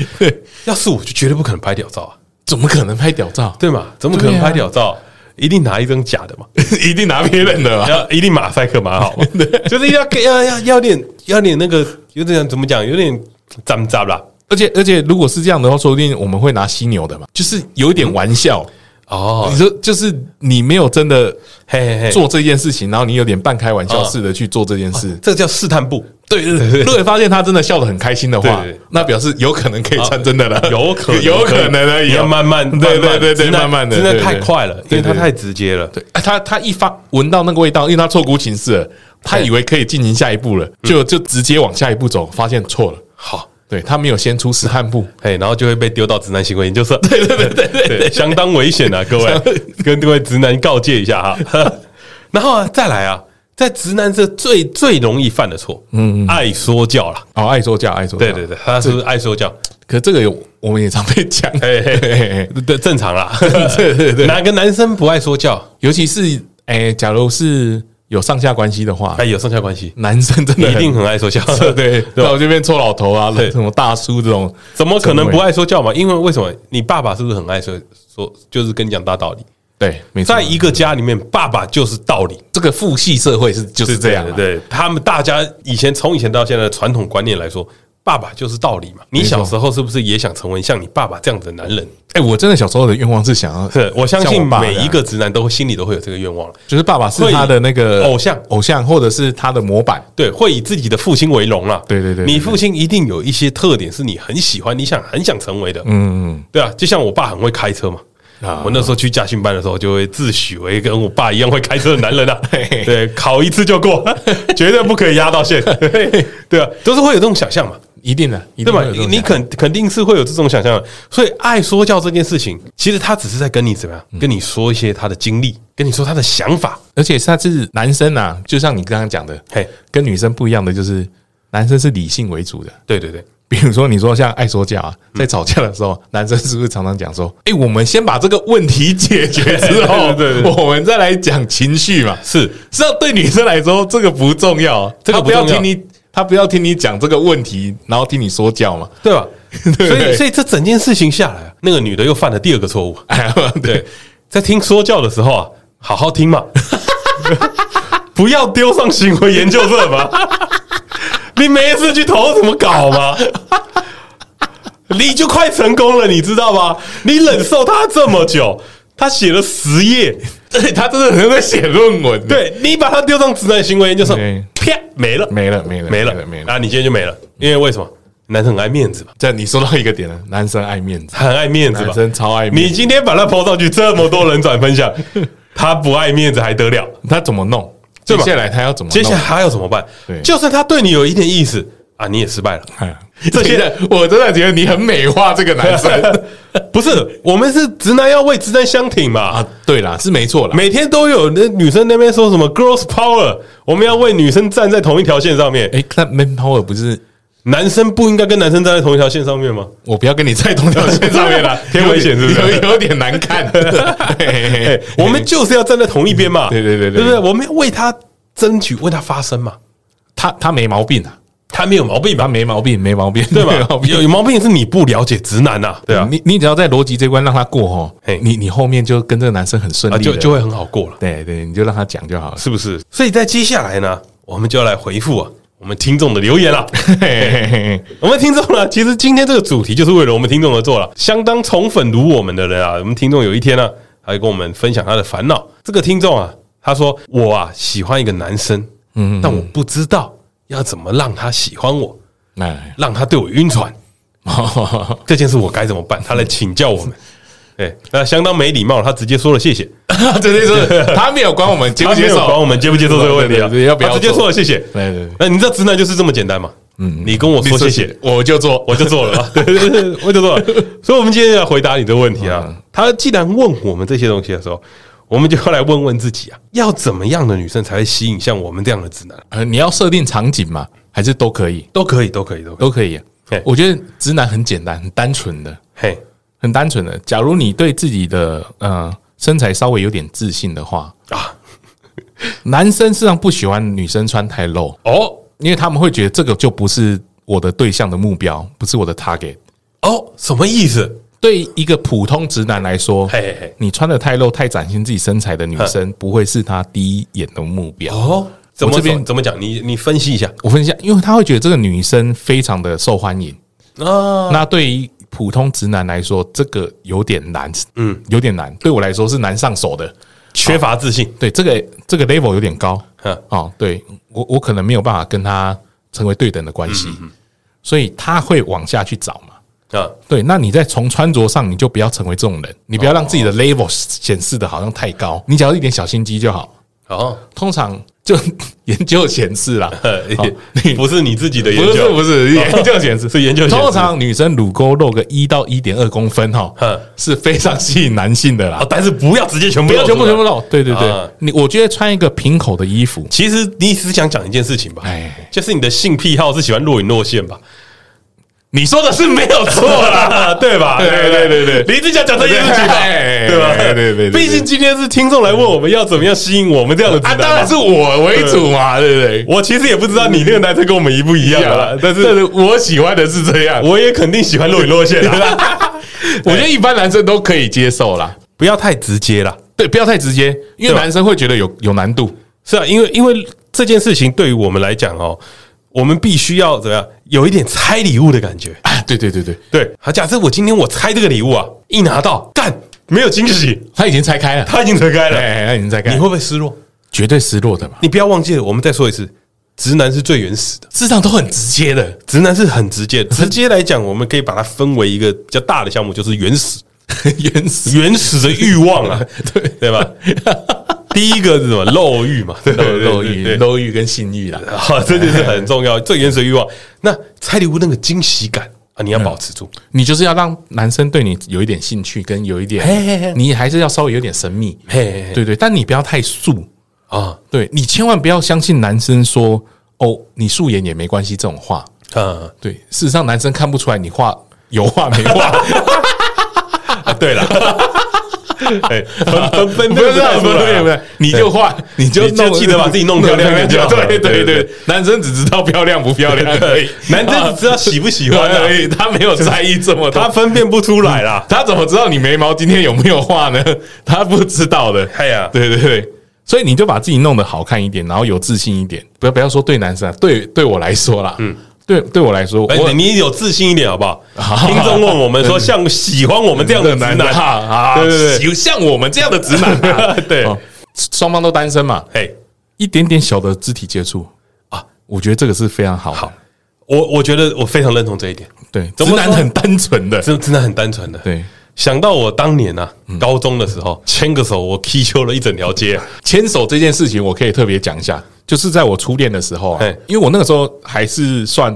A: 要是我就绝对不可能拍屌照啊，
B: 怎么可能拍屌照？
A: 对嘛？怎么可能
B: 对啊
A: 拍屌照？一定拿一张假的嘛，
B: 一定拿别人的吧？
A: 要一定马赛克马 好嘛，就是要要要要点要点那个有点怎么讲，有点脏脏啦。
B: 而且而且，如果是这样的话，说不定我们会拿犀牛的嘛，就是有一点玩笑。
A: 哦
B: 你，说，就是你没有真的
A: 嘿嘿嘿，
B: 做这件事情，然后你有点半开玩笑似
A: 嗯
B: 的去做这件事。
A: 这叫试探步，
B: 对对对，如果发现他真的笑得很开心的话
A: 对对对，
B: 那表示有可能可以穿真的了，
A: 有可能，
B: 有可能而已
A: 你
B: 哦。
A: 要慢慢，
B: 对
A: 慢慢
B: 对对对，
A: 直男
B: 慢慢的，
A: 真的
B: 对
A: 太快了，因为他太。直接了。
B: 对对对对，他他一发闻到那个味道，因为他错估情势了，他以为可以进行下一步
A: 嗯
B: 了，就就直接往下一步走，发现错了。
A: 好，
B: 对他没有先出试探步，
A: 哎，然后就会被丢到直男行为研究 社，对对对对对，相当危险啊，各位，跟各位直男告诫一下哈。 然后啊，再来啊，在直男这最最容易犯的错，嗯，爱说教啦。
B: 哦，爱说教，爱说教。
A: 对对对，他是不是爱说教？
B: 可这个有我们也常被讲，
A: 嘿嘿
B: 对
A: 对，正常啦。
B: 对对对，
A: 哪个男生不爱说教？
B: 尤其是哎、假如是有上下关系的话，
A: 哎，有上下关系，
B: 男生真
A: 你
B: 的
A: 一定很爱说教。
B: 很 对，
A: 吧
B: 到我这边臭老头啊，
A: 对
B: 什么大叔这种，
A: 怎么可能不爱说教嘛？因为为什么？你爸爸是不是很爱说说，就是跟你讲大道理？
B: 对，没错，
A: 在一个家里面，爸爸就是道理，
B: 这个父系社会是就是这样、啊，
A: 对，对他们大家以前从以前到现在的传统观念来说，爸爸就是道理嘛。你
B: 没错
A: 小时候是不是也想成为像你爸爸这样的男人？
B: 哎、我真的小时候的愿望是想要
A: 是，我相
B: 像
A: 信
B: 我爸
A: 每
B: 这
A: 一
B: 样
A: 个直男都心里都会有这个愿望。
B: 就是爸爸是
A: 会
B: 他的那个
A: 偶像
B: 偶像或者是他的模板，
A: 对，会以自己的父亲为荣啦。
B: 对对对对
A: 你父亲一定有一些特点是你很喜欢、你想很想成为的。
B: 嗯嗯，
A: 对啊，就像我爸很会开车嘛。
B: 啊
A: 我那时候去驾训班的时候，就会自诩为跟我爸一样会开车的男人啊
B: 嘿 嘿。
A: 对，考一次就过，绝对不可以压到线。对啊，都是会有这种想象嘛。
B: 一定的，一
A: 对
B: 定
A: 吧
B: 会有这？种
A: 你
B: 想法
A: 肯肯定是会有这种想象的，所以爱说教这件事情，其实他只是在跟你怎么样，
B: 嗯
A: 跟你说一些他的经历，跟你说他的想法。
B: 而且他是男生啊，就像你刚刚讲的，
A: 嘿，
B: 跟女生不一样的就是男生是理性为主的。
A: 对对对，
B: 比如说，你说像爱说教啊，
A: 嗯
B: 在吵架的时候，男生是不是常常讲说：“哎，我们先把这个问题解 决之后
A: 对对对，
B: 我们再来讲情绪嘛。”
A: 是
B: 实际上对女生来说，这个不重要，啊
A: 这个
B: 她
A: 不
B: 不
A: 重要
B: 要听你，她不要听你讲这个问题，然后听你说教嘛。
A: 对吧？
B: 对
A: 所以所以这整件事情下来啊，那个女的又犯了第二个错误。
B: 哎，
A: 对
B: 对，，
A: 在听说教的时候啊，好好听嘛， 不要丢上行为研究社嘛。你没事去投什么稿吗？你就快成功了，你知道吗？你忍受他这么久，他写了十页，
B: 对她真的很会写论文，，
A: 对你把他丢上直男行为研究社
B: 对，
A: 啪没了，
B: 没了，没了，
A: 没
B: 了，
A: 了，
B: 没了。
A: 啊！你今天就没了，因为为什么？男生很爱面子嘛，
B: 这你说到一个点了，男生爱面子，
A: 他很爱面子吧
B: 男？生超爱面
A: 你
B: 子，
A: 今天把他抛上去，这么多人转分享，他不爱面子还得了？
B: 他怎么弄？
A: 对
B: 接
A: 吧
B: 下来他要怎么弄？
A: 接下来还要怎么办
B: 对？
A: 就算他对你有一点意思啊，你也失败了。
B: 哎，
A: 这
B: 这
A: 些
B: 些我真的觉得你很美化这个 男生
A: 不是，我们是直男要为直男相挺嘛
B: 啊。。对啦，是没错啦。
A: 每天都有那女生那边说什么 “girls power”，我们要为女生站在同一条线上面。
B: 哎，看 man power 不是
A: 男生不应该跟男生站在同一条线上面吗？，
B: 我不要跟你在同条线上面啦
A: 偏危险是不是
B: 有有有点难 看。嘿嘿
A: 哎
B: 嘿，
A: 我们就是要站在同一边嘛。
B: 对对对对
A: 对不对？我们要为他争取，为他发声嘛。
B: 他他没毛病啊，
A: 他没有毛病
B: 他
A: 吧？
B: 没毛病，没毛病，
A: 对
B: 没
A: 吧
B: 毛？病
A: 有有毛病是你不了解直男呐，对啊，
B: 你你只要在逻辑这关让他过哦
A: 嘿，
B: 你你后面就跟这个男生很顺
A: 啊
B: 利
A: 就
B: 了
A: 就会很好过了。
B: 对对，你就让他讲就好 了。
A: 是不是？所以在接下来呢，我们就要来回复啊我们听众的留言啦。
B: 嘿嘿嘿嘿
A: 我们听众呢，其实今天这个主题就是为了我们听众而做了。相当宠粉如我们的人啊，我们听众有一天呢、还跟我们分享他的烦恼。这个听众啊，他说：“我啊喜欢一个男生，嗯，但我不知道要怎么让他喜欢我，
B: 哎，哦
A: 让他对我晕船。” 这件事我该怎么办？他来请教我们。对，那相当没礼貌，他直接说了谢谢，
B: 真的 是他没有管我们接
A: 他
B: 不
A: 啊没
B: 接
A: 有管我
B: 受，
A: 们接不接受这个问题啊
B: 对对对要不要
A: 他直接
B: 做
A: 说了谢谢。
B: 对对对
A: 那你知道直男就是这么简单嘛？嗯，你跟我说谢谢，，
B: 我就做，
A: 我就做了 啊，对对对，我就做了。所以，我们今天要回答你这个问题
B: 嗯
A: 啊。他既然问我们这些东西的时候，我们就要来问问自己啊，要怎么样的女生才会吸引像我们这样的直男？
B: 呃，你要设定场景嘛，还是都可以，
A: 都可以，都可以，都可以。
B: 都可以、
A: 嘿
B: 我觉得直男很简单，很单纯的，
A: 嘿，
B: 很单纯的。假如你对自己的呃身材稍微有点自信的话，
A: 啊，
B: 男生实际上不喜欢女生穿太露，
A: 哦
B: 因为他们会觉得这个就不是我的对象的目标，不是我的 target。
A: 哦，什么意思？
B: 对一个普通直男来说，
A: 嘿嘿嘿，
B: 你穿的太露、太展现自己身材的女生，不会是他第一眼的目标。
A: 哦，怎么
B: 我这边
A: 怎么讲？你你分析一下
B: 我分析一下，因为他会觉得这个女生非常的受欢迎，
A: 啊。
B: 那对于普通直男来说，这个有点难，嗯，有点难。对我来说是难上手的。
A: 缺乏自信，啊
B: 对，这个这个 level 有点高
A: 哼
B: 哦。对我，我可能没有办法跟他成为对等的关系，
A: 嗯
B: 所以他会往下去找嘛。
A: 啊，
B: 对，那你在从穿着上，你就不要成为这种人，你不要让自己的
A: 哦
B: level 显示的好像太高，你只要一点小心机就好。
A: 哦，
B: 通常就 研究显示啦，哦
A: 你不是你自己的 研
B: 不是
A: 究，
B: 不 是研究显示
A: 是研究显示
B: 通常女生乳沟露个一到一点二公分哈
A: 嗯，
B: 是非常吸引男性的
A: 啊
B: 啦，。
A: 但是不要直接全部
B: 不要
A: 露出
B: 全
A: 来
B: 部全部。露，对对
A: 啊
B: 对，你我觉得穿一个平口的衣服，
A: 其实你只想讲一件事情吧，
B: 哎，
A: 就是你的性癖好是喜欢若隐若现吧？
B: 你说的是没有错
A: 错
B: 啦，
A: 啦，对吧？
B: 对对对对
A: 你只想讲这件事情吧，
B: 哎
A: 对吧？
B: 对对对对对
A: 毕竟今天是听众来问我们要怎么样吸引我们这样的直
B: 啊，
A: 男嘛，
B: 当然是我为主嘛，对不对？
A: 我其实也不知道你那个男生跟我们一不一样啦，但是
B: 我喜欢的是这样，我
A: 我也肯定喜欢若隐若现啊啦。
B: 我觉得一般男生都可以接受啦。
A: 不要太直接啦，
B: 对，不要太直接，因
A: 对
B: 为
A: 吧
B: 男生会觉得有有难度。
A: 是啊，因为因为这件事情对于我们来讲哦，我们必须要怎么样，有一点拆礼物的感觉。
B: 啊对对对对，
A: 对，好，假设我今天我拆这个礼物啊，一拿到，干没有惊喜，
B: 他已经拆开了，
A: 他已经拆开了，
B: 哎，他已经拆开
A: 你
B: 了
A: 会，不会失落？
B: 绝对失落的嘛。
A: 你不要忘记了，我们再说一次，直男是最原始的，
B: 事实上都很直接的，
A: 直男是很直接的。直接来讲，我们可以把它分为一个比较大的项目，就是原始
B: 原始
A: 原始的欲望啊，对对吧？第一个是什么？漏欲嘛，对
B: 肉
A: 对对
B: 肉
A: 对
B: 欲、
A: 对
B: 肉欲跟性欲啦，
A: 啊，这就是很重要，最原始欲望。那拆礼物那个惊喜感啊，你要保持住。
B: 你就是要让男生对你有一点兴趣，跟有一
A: 嘿嘿嘿
B: 点，你还是要稍微有点神秘，
A: 嘿嘿嘿
B: 对对，但你不要太素，
A: 啊，
B: 对你千万不要相信男生说哦，你素颜也没关系这种话，
A: 嗯，
B: 对，事实上男生看不出来你画有画没 画，
A: 啊，对 了，哎，分分分
B: 不
A: 辨不
B: 是不是不是不
A: 出来
B: 是，你就画，你就
A: 你就
B: 弄
A: 记得把自己弄漂亮一点就好了
B: 对
A: 对
B: 对
A: 对
B: 对，男生只知道漂亮不漂亮而已
A: 对，，男生只知道喜不喜 欢啊而
B: 而
A: 已
B: 已，，他没有在意这么多，
A: 他
B: 他
A: 分辨不出来啦。
B: 他怎么知道你眉毛今天有没有画呢？ 他不知道的。
A: 哎呀，
B: 对对对，所以你就把自己弄得好看一点，然后有自信一点。不要不要说对男生啊，对对我来说啦，嗯，对对我来说，
A: 哎
B: 我
A: 你你有自信一点好不好？听众问我们说，像喜欢我们这样的直 男
B: 啊 啊，
A: 啊对对对，，
B: 有像我们这样的直男啊
A: 对
B: 哦 双方都单身嘛，
A: 哎，
B: 一点点小的肢体接触啊，我觉得这个是非常好的。
A: 好，我我觉得我非常认同这一点，
B: 对，
A: 怎
B: 直
A: 么
B: 男
A: 说
B: 很单纯的，
A: 真真的很单纯的。
B: 对，
A: 想到我当年啊，高中的时候牵个手，我踢球了一整条街啊。
B: 牵手这件事情，我可以特别讲一下，就是在我初恋的时候啊
A: 嘿，
B: 因为我那个时候还是算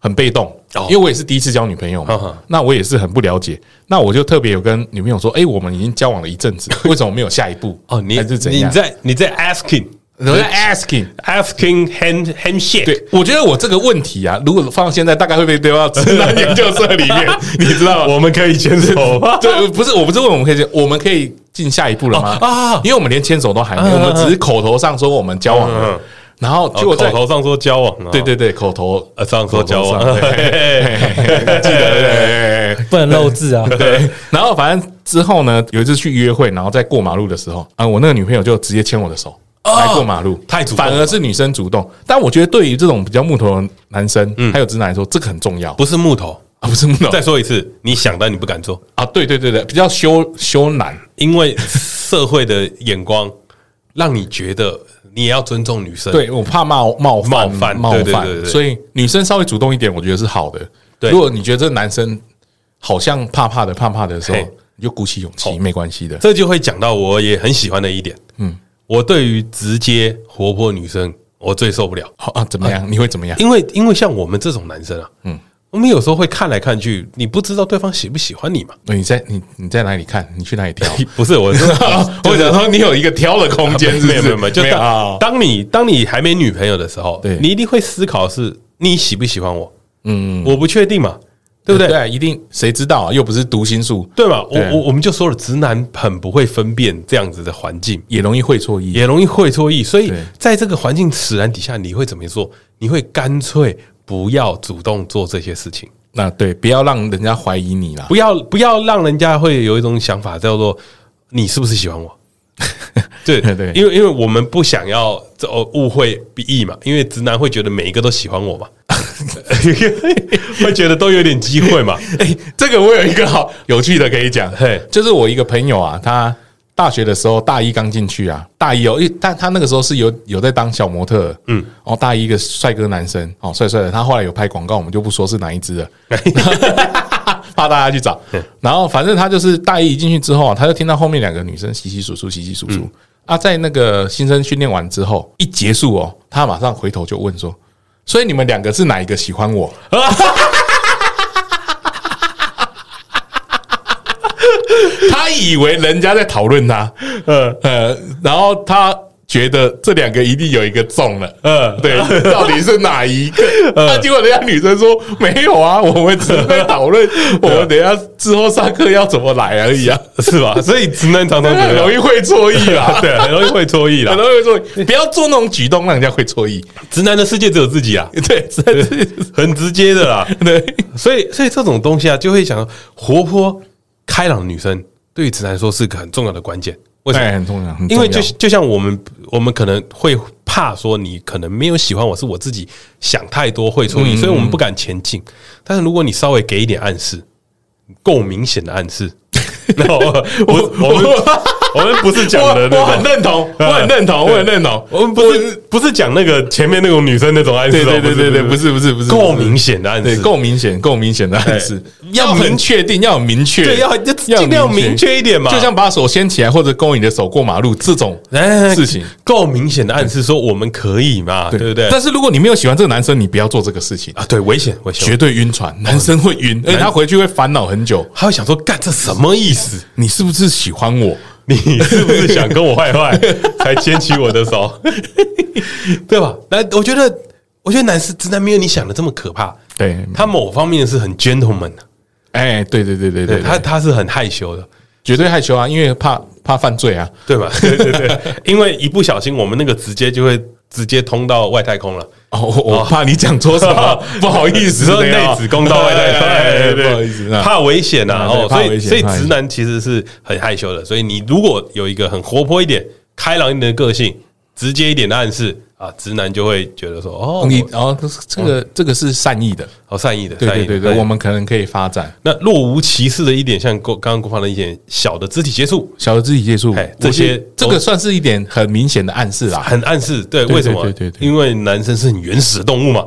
B: 很被动
A: 哦，
B: 因为我也是第一次交女朋友
A: 呵呵
B: 嘛，那我也是很不了解，那我就特别有跟女朋友说，哎，我们已经交往了一 阵子，为什么没有下一步？
A: 哦，你
B: 还是怎
A: 你
B: 样？
A: 在你在 asking
B: 我在 asking。
A: asking hand handshake，
B: 对，我觉得我这个问题啊，如果放到现在，大概会被丢到直男研究 社里面，你知道吗？
A: 我们可以牵 手吗？
B: 对，不是，我不是问我们可以，我们可以进下一步了吗？
A: 哦啊
B: 啊，因为我们连牵手都还没，
A: 嗯
B: 我们只是口头上说我们交往
A: 嗯嗯
B: 了，然后
A: 哦
B: 结果在
A: 口头上说交往啊，
B: 对对对，口头
A: 呃，上说交往
B: 口头，上对
A: 对
B: 记得对
C: 不能漏字啊。
B: 对对。然后反正之后呢，有一次去约会，然后在过马路的时候，啊，我那个女朋友就直接牵我的手。来过马路，
A: 太主动了
B: 反而是女生主动。但我觉得对于这种比较木头的男生，还有直男来说，这个很重要。
A: 不是木头。
B: 啊，不是木头
A: 再说一次，你想但你不敢做，
B: 啊，对对对对，比较羞羞男。
A: 因为社会的眼光让你觉得你也要尊重女生。，
B: 对我怕冒冒犯
A: 冒犯
B: 冒
A: 对对
B: 犯
A: 对对，对
B: 所以女生稍微主动一点，我觉得是好的。
A: 对
B: 如果你觉得这男生好像怕怕的怕怕的时候
A: 嘿，
B: 你就鼓起勇气，
A: 好
B: 没关系的。
A: 这就会讲到我也很喜欢的一点。嗯，我对于直接活泼女生，我最受不了。
B: 好啊，怎么样？你会怎么样？
A: 因为因为像我们这种男生啊，嗯，我们有时候会看来看去，你不知道对方喜不喜欢你嘛。
B: 哦你在你你在哪里看？你去哪里挑？
A: 不是我是，
B: 我想说，你有一个挑的空间，是不
A: 没有
B: 是
A: 没有没有，就
B: 没有啊
A: 当。当你当你还没女朋友的时候，
B: 对
A: 你一定会思考是你喜不喜欢我。 嗯，我不确定嘛，对不对？
B: 对，一定谁知道啊？又不是读心术，
A: 对嘛？我
B: 对
A: 我我们就说了，直男很不会分辨这样子的环境，
B: 也容易会错意。
A: 也容易会错意，所以
B: 对
A: 在这个环境使然底下，你会怎么做？你会干脆不要主动做这些事情。
B: 那对，不要让人家怀疑你啦。
A: 不要不要让人家会有一种想法叫做你是不是喜欢我？ 对
B: 对
A: 因为因为我们不想要这哦误会鄙夷嘛，因为直男会觉得每一个都喜欢我嘛， 会觉得都有点机会嘛。
B: 哎、这个我有一个好有趣的可以讲
A: 嘿，
B: 就是我一个朋友啊，他大学的时候大一刚进去啊，大一哦，因为但他那个时候是有有在当小模特儿，嗯，哦，大一一个帅哥男生，哦，帅帅的，他后来有拍广告，我们就不说是哪一支了。 怕大家去找，然后反正他就是大一一进去之后啊，他就听到后面两个女生洗洗簌簌、洗洗簌簌啊，在那个新生训练完之后一结束哦，他马上回头就问说：“所以你们两个是哪一个喜欢我？” 他以为人家在讨论他，呃呃，然后他觉得这两个一定有一个中了，呃，对，到底是哪一个？那结果人家女生说没有啊，我们只是在讨论，我们等一下之后上课要怎么来而已啊，
A: 是吧？所以直男常常
B: 很容
A: 易
B: 易会错意啦，
A: 对，很容易 会错意
B: 很
A: 啦。
B: 容易会错意，不要做那种举动让人家会错意，
A: 直男的世界只有自己啊，
B: 对，真是
A: 很直接的啦。
B: 对，
A: 所以所以这种东西啊，就会想活泼开朗的女生，对于直男来说是个很重要的关键。为什么？
B: 哎很重要，很
A: 因
B: 重要
A: 为就就像我们我们可能会怕说你可能没有喜欢我，是我自己想太多会
B: 嗯
A: 错意，所以我们不敢前进。但是如果你稍微 给一点暗示，够明显的暗示，那我我我们我们不是讲
B: 我
A: 的
B: 我
A: 那
B: 很
A: 种，
B: 认同，我很认嗯同，我很认同。
A: 我们不是不是讲那个前面那种女生那种暗示哦，
B: 对对对对对，不是不是不是，
A: 够明显的暗
B: 对，
A: 示，
B: 够明显，够明显的暗示，要
A: 很
B: 很确定，要很明确，
A: 对，要就尽量明，确一点嘛，
B: 就像把手掀起来或者勾你的手过马路这种
A: 哎
B: 事情，
A: 够明显的暗示说我们可以嘛，对不对？
B: 但是如果你没有喜欢这个男生，你不要做这个事情，
A: 啊，对，危险，危
B: 绝
A: 险。
B: 对晕船，男生会晕，而且他回去会烦恼很久，
A: 他会想说，干这什么意 思？
B: 你是不是喜欢我？
A: 你是不是想跟我坏坏才牵起我的手， 对吧？那我觉得，我觉得男士直男没有你想的这么可怕，
B: 对，
A: 他某方面是很 gentleman 的，
B: 哎，对对对对
A: 对
B: 对，
A: 他
B: 他
A: 他是很害羞的，
B: 绝对害羞啊，因为怕怕犯罪啊，
A: 对吧？对对对，因为一不小心，我们那个直接就会直接通到外太空了。
B: 哦，我我怕你讲错什 么，不好意思，
A: 说
B: 对啊
A: 内子宫到外太空，
B: 哎
A: 哎
B: 不好意思，啊
A: 怕危险呐。
B: 啊对
A: 哦，
B: 怕
A: 所以
B: 危险
A: 所以
B: 怕危
A: 直
B: 险
A: 男其实是很害羞的，所以你如果有一个很活泼一点、开朗一点的个性，直接一点的暗示啊，直男就会觉得说哦，
B: 你
A: 我嗯
B: 哦，这个这个是善意的，
A: 好善意的，
B: 对
A: 善
B: 对
A: 意的善意
B: 对对，
A: 的
B: 我们可能可以发展
A: 那若无其事的一点，像郭刚刚郭胖的一点小的肢体接触，
B: 小的肢体接触
A: 哎，
B: 这
A: 这些
B: 些这
A: 都
B: 个算是一点很明显的暗示 啦。
A: 很暗示，对，
B: 对
A: 为什么？
B: 对对对对
A: 因为男生是很原始的动物嘛，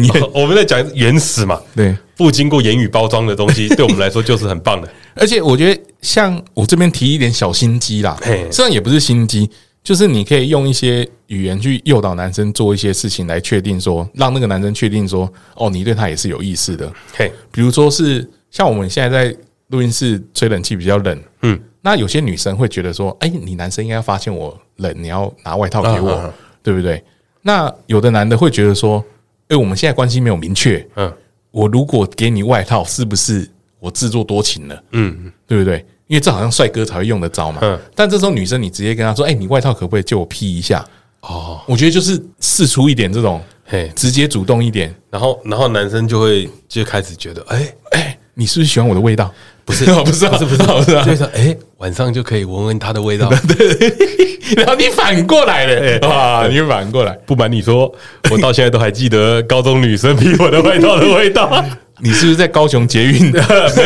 B: 你
A: 我们在讲原始嘛，
B: 对，
A: 不经过言语包装的东 西，对我们来说就是很棒的。
B: 而且我觉得像我这边提一点小心机啦
A: 嘿，
B: 虽然也不是心机，就是你可以用一些语言去诱导男生做一些事情来确定说，让那个男生确定说，哦，你对他也是有意思的。
A: 嘿，
B: 比如说是像我们现在在录音室吹冷气比较冷，
A: 嗯
B: 嗯，那有些女生会觉得说，哎、你男生应该发现我冷，你要拿外套给我，
A: 嗯嗯嗯
B: 对不对？那有的男的会觉得说，哎、我们现在关系没有明确，
A: 嗯
B: 我如果给你外套，是不是我自作多情了？
A: 嗯，
B: 对不对？因为这好像帅哥才会用得着嘛。
A: 嗯
B: 但这时候女生你直接跟她说，哎、你外套可不可以借我披一下？
A: 哦，
B: 我觉得就是试出一点这种，
A: 嘿，
B: 直接主动一点，
A: 然后然后男生就会就开始觉得，哎、
B: 哎、你是不是喜欢我的味道？不 是，不是啊，不是，不是，不是啊
A: 就。会说，哎、晚上就可以闻闻他的味 道。
B: 然后你反过
A: 哎
B: 来了，哇！
A: 对
B: 啊你反过来，
A: 不瞒你说，我到现在都还记得高中女生屁我的味道的味 道。
B: 你是不是在高雄捷运？ 没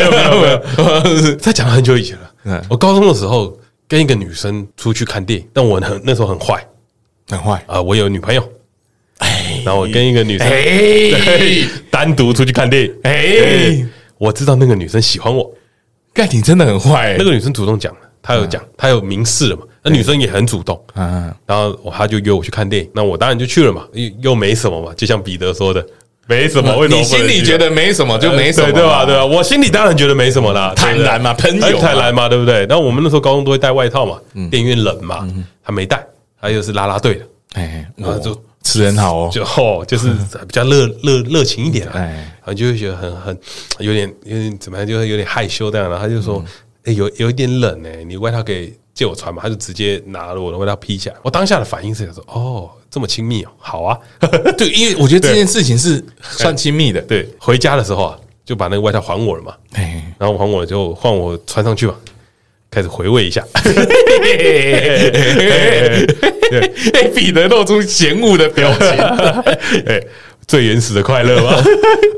B: 有没有没有，
A: 他讲了很久以前了
B: 嗯，
A: 我高中的时候跟一个女生出去看电影，但我很那时候很坏
B: 很坏。
A: 啊、我有女朋友，然后我跟一个女生、
B: 哎
A: 单独出去看电影，
B: 哎，
A: 我知道那个女生喜欢我，
B: 盖你真的很坏
A: 那。个女生主动讲了，她有
B: 嗯
A: 讲，她有明示了嘛，那女生也很主动，
B: 啊，
A: 然后我他就约我去看电影，那我当然就去了嘛，又又没什么嘛，就像彼得说的，没什么，为什么
B: 嗯你心里觉得没什么
A: 就
B: 就没什么，
A: 呃对吧？对
B: 呃吧？
A: 吧？我心里当然觉得没什么啦，
B: 坦然嘛
A: 对不对
B: 朋友嘛嗯
A: 哎坦然嘛，对不对？那我们那时候高中都会带外套嘛，电影院冷嘛，他没带，他又是啦啦队的，
B: 哎，
A: 然后
B: 我
A: 就
B: 吃很好哦，
A: 就哦，就是 比较热热热情一点啊，
B: 哎
A: 然后就会觉得很很有点有点怎么样，就会有点害羞这样，然后他就
B: 嗯
A: 说，哎，有有一点冷哎，你外套给借我穿嘛，他就直接拿了我的外套披下来，我当下的反应是想说，哦，这么亲密哦，好啊，
B: 对，因为我觉得这件事情是算亲密的，
A: 对，回家的时候啊，就把那个外套还我了嘛，
B: 哎，
A: 然后还我了之后换我穿上去嘛，开始回味一 下，
B: 哎，彼得露出嫌恶的表情。
A: 哎，最原始的快乐 嘛，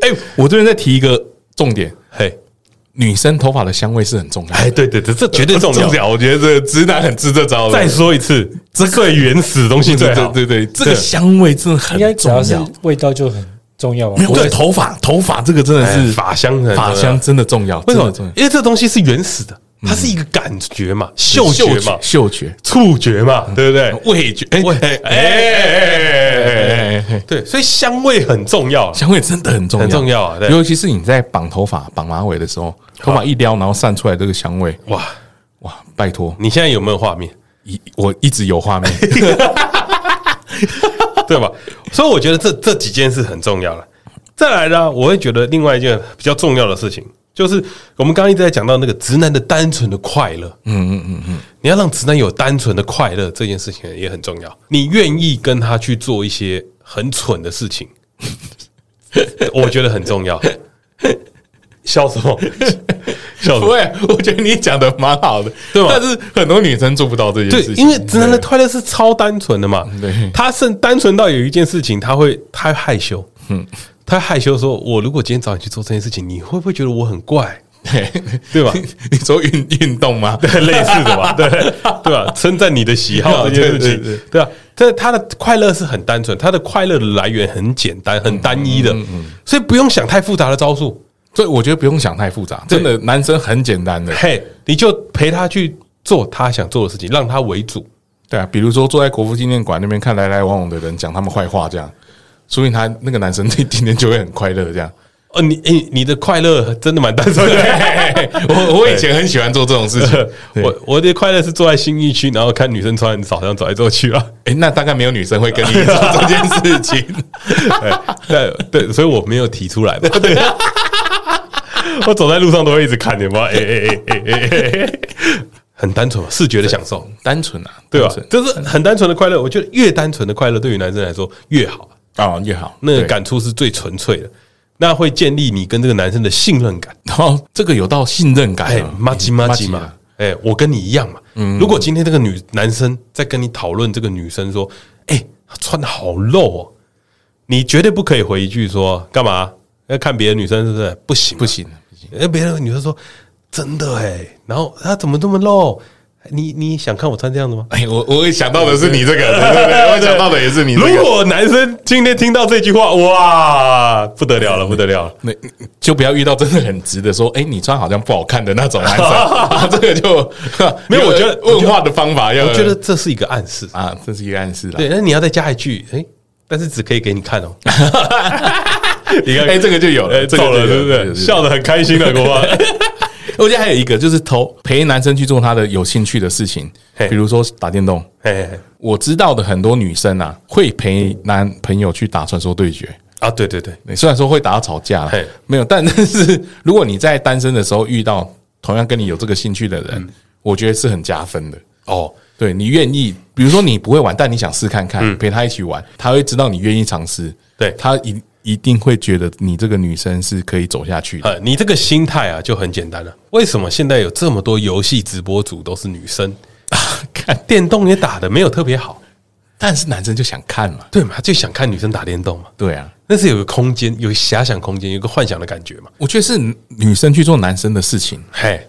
B: 哎，我这边再提一个重点，
A: 嘿，
B: 女生头发的香味是很重要的。
A: 哎，对对对，这绝对重要。
B: 要。我觉得这个直男很吃这招的。
A: 再说一次，这最原始的东西最
B: 对
A: 好
B: 对。对对，这个香味真的很
C: 应该只
B: 重
C: 要是
B: 要。
C: 味道就很重要吧？啊
B: 没有
C: 不
B: 对
C: 会
B: 头发，头发这个真的
A: 是
B: 是
A: 哎法香的，
B: 发香，真的重要。
A: 为什
B: 真
A: 么
B: 的重要？？
A: 因为这东西是原始的，它是一个感觉嘛，嗅觉嘛，
B: 嗅觉、嗯
A: 触觉嘛，对不对？
B: 味觉，哎
A: 味
B: 哎哎哎哎，
A: 对，所以香味很重要啊。
B: 香味真的很重要，
A: 很重要啊对
B: 尤其是你在绑头发、绑马尾的时候，头发一撩，然后散出来这个香味，
A: 哇，
B: 哇！拜托，
A: 你现在有没有画面？
B: 一我一直有 画面，
A: 对吧？所以我觉得这这几件事很重要了。再来呢，我会觉得另外一件比较重要的事情，就是我们刚刚一直在讲到那个直男的单纯的快乐。嗯嗯嗯嗯，你要让直男有单纯的快乐，这件事情也很重要。你愿意跟他去做一些很蠢的事情， 我觉得很重要。 笑什么？ 笑什
B: 不
A: 么？
B: 会， 我觉得你讲的蛮好的，
A: 对吧
B: 但是很多女生做不到这件
A: 对
B: 事情，，
A: 因 为直男的
B: 对
A: 快乐是超单纯的嘛，
B: 对
A: 他是单纯到有一件事情，他会他害羞，嗯，他害羞说，我如果今天早上去做这件事情，你会不会觉得我很怪？
B: 对
A: 对吧？
B: 你说运运动吗？
A: 对 类似的吧，对啊对吧？称赞你的喜好这件事
B: 对对
A: 情，对吧？这他的快乐是很单纯，他的快乐的来源很简单、很单一
B: 嗯
A: 的，所以不用想太复杂的招数。
B: 所以我觉得不用想太复杂，真的男生很简单的，
A: 嘿，你就陪他去做他想做的事情，让他为主。
B: 对啊，比如说坐在国父纪念馆那边看来来往往的人讲他们坏话，这样，说明他那个男生那 今天就会很快乐。这样，
A: 哦，你诶、你的快乐真的蛮单纯 的。
B: 我我以前很喜欢做这种事 情，我
A: 我我的快乐是坐在新一区，然后看女生穿少上走来走去啊。
B: 哎、那大概没有女生会跟你做这件事情。
A: 对对，所以我没有提出来嘛。对， 我走在路上都会一直看，有没有？哎哎哎哎哎哎，很单纯嘛，视觉的享受，
B: 单纯 啊，
A: 对吧
B: 单纯？
A: 就是很单纯的快乐。我觉得越单纯的快乐，对于男生来说越好，
B: 哦，越好
A: 那个
B: 对
A: 感触是最纯粹的，那会建立你跟这个男生的信任感。
B: 然后这个有到信任感
A: 哎
B: 啊，，
A: 妈吉妈吉
B: 麻
A: 嘛，哎，我跟你一样嘛。
B: 嗯
A: 如果今天这个女男生在跟你讨论这个女生说，哎，她穿的好露哦，你绝对不可以回一句说干嘛？要看别的女生是不是？不行，
B: 不行不行，
A: 哎，别的女生说真的哎、然后她怎么这么露？你你想看我穿这样子吗？
B: 哎、我我会想到的是你这个， 对对对，我想到的也是你这
A: 如
B: 个。
A: 果男生今天听到这句话，哇，不得了了，不得了了！
B: 那就不要遇到真的很直的说，哎、你穿好像不好看的那 种男生，啊、这个就
A: 没有我觉得
B: 问话的方法要，
A: 我觉得这是一个暗示，
B: 啊，这是一个暗示啦。
A: 对，那你要再加一句，哎、但是只可以给你看 哦。你看，
B: 哎、这个就有了，
A: 哎，
B: 这个
A: 走
B: 就
A: 了，
B: 有
A: 对不
B: 这
A: 对？
B: 个就有
A: 笑得很开心的，国王。
B: 我觉得还有一个就是投陪男生去做他的有兴趣的事情，
A: 嘿
B: 比如说打电动。
A: 哎， 嘿
B: 我知道的很多女生啊，会陪男朋友去打传说对决。
A: 啊，对对对，
B: 对虽然说会打到吵架了
A: 嘿，
B: 没有，但但是如果你在单身的时候遇到同样跟你有这个兴趣的
A: 嗯
B: 人，我觉得是很加分的。
A: 哦，
B: 对你愿意，比如说你不会玩，但你想试看看，陪他一起玩，他会知道你愿意尝试，
A: 嗯对
B: 他一一定会觉得你这个女生是可以走下去的。
A: 呃，你这个心态啊就很简单了。为什么现在有这么多游戏直播主都是女生？
B: 看，
A: 电动也打的没有特别好，
B: 但是男生就想看嘛，
A: 对嘛？他就想看女生打电动嘛，
B: 对啊，
A: 那是有个空间，有个遐想空间，有个幻想的感觉嘛。
B: 我觉得是女生去做男生的事情
A: 嘿，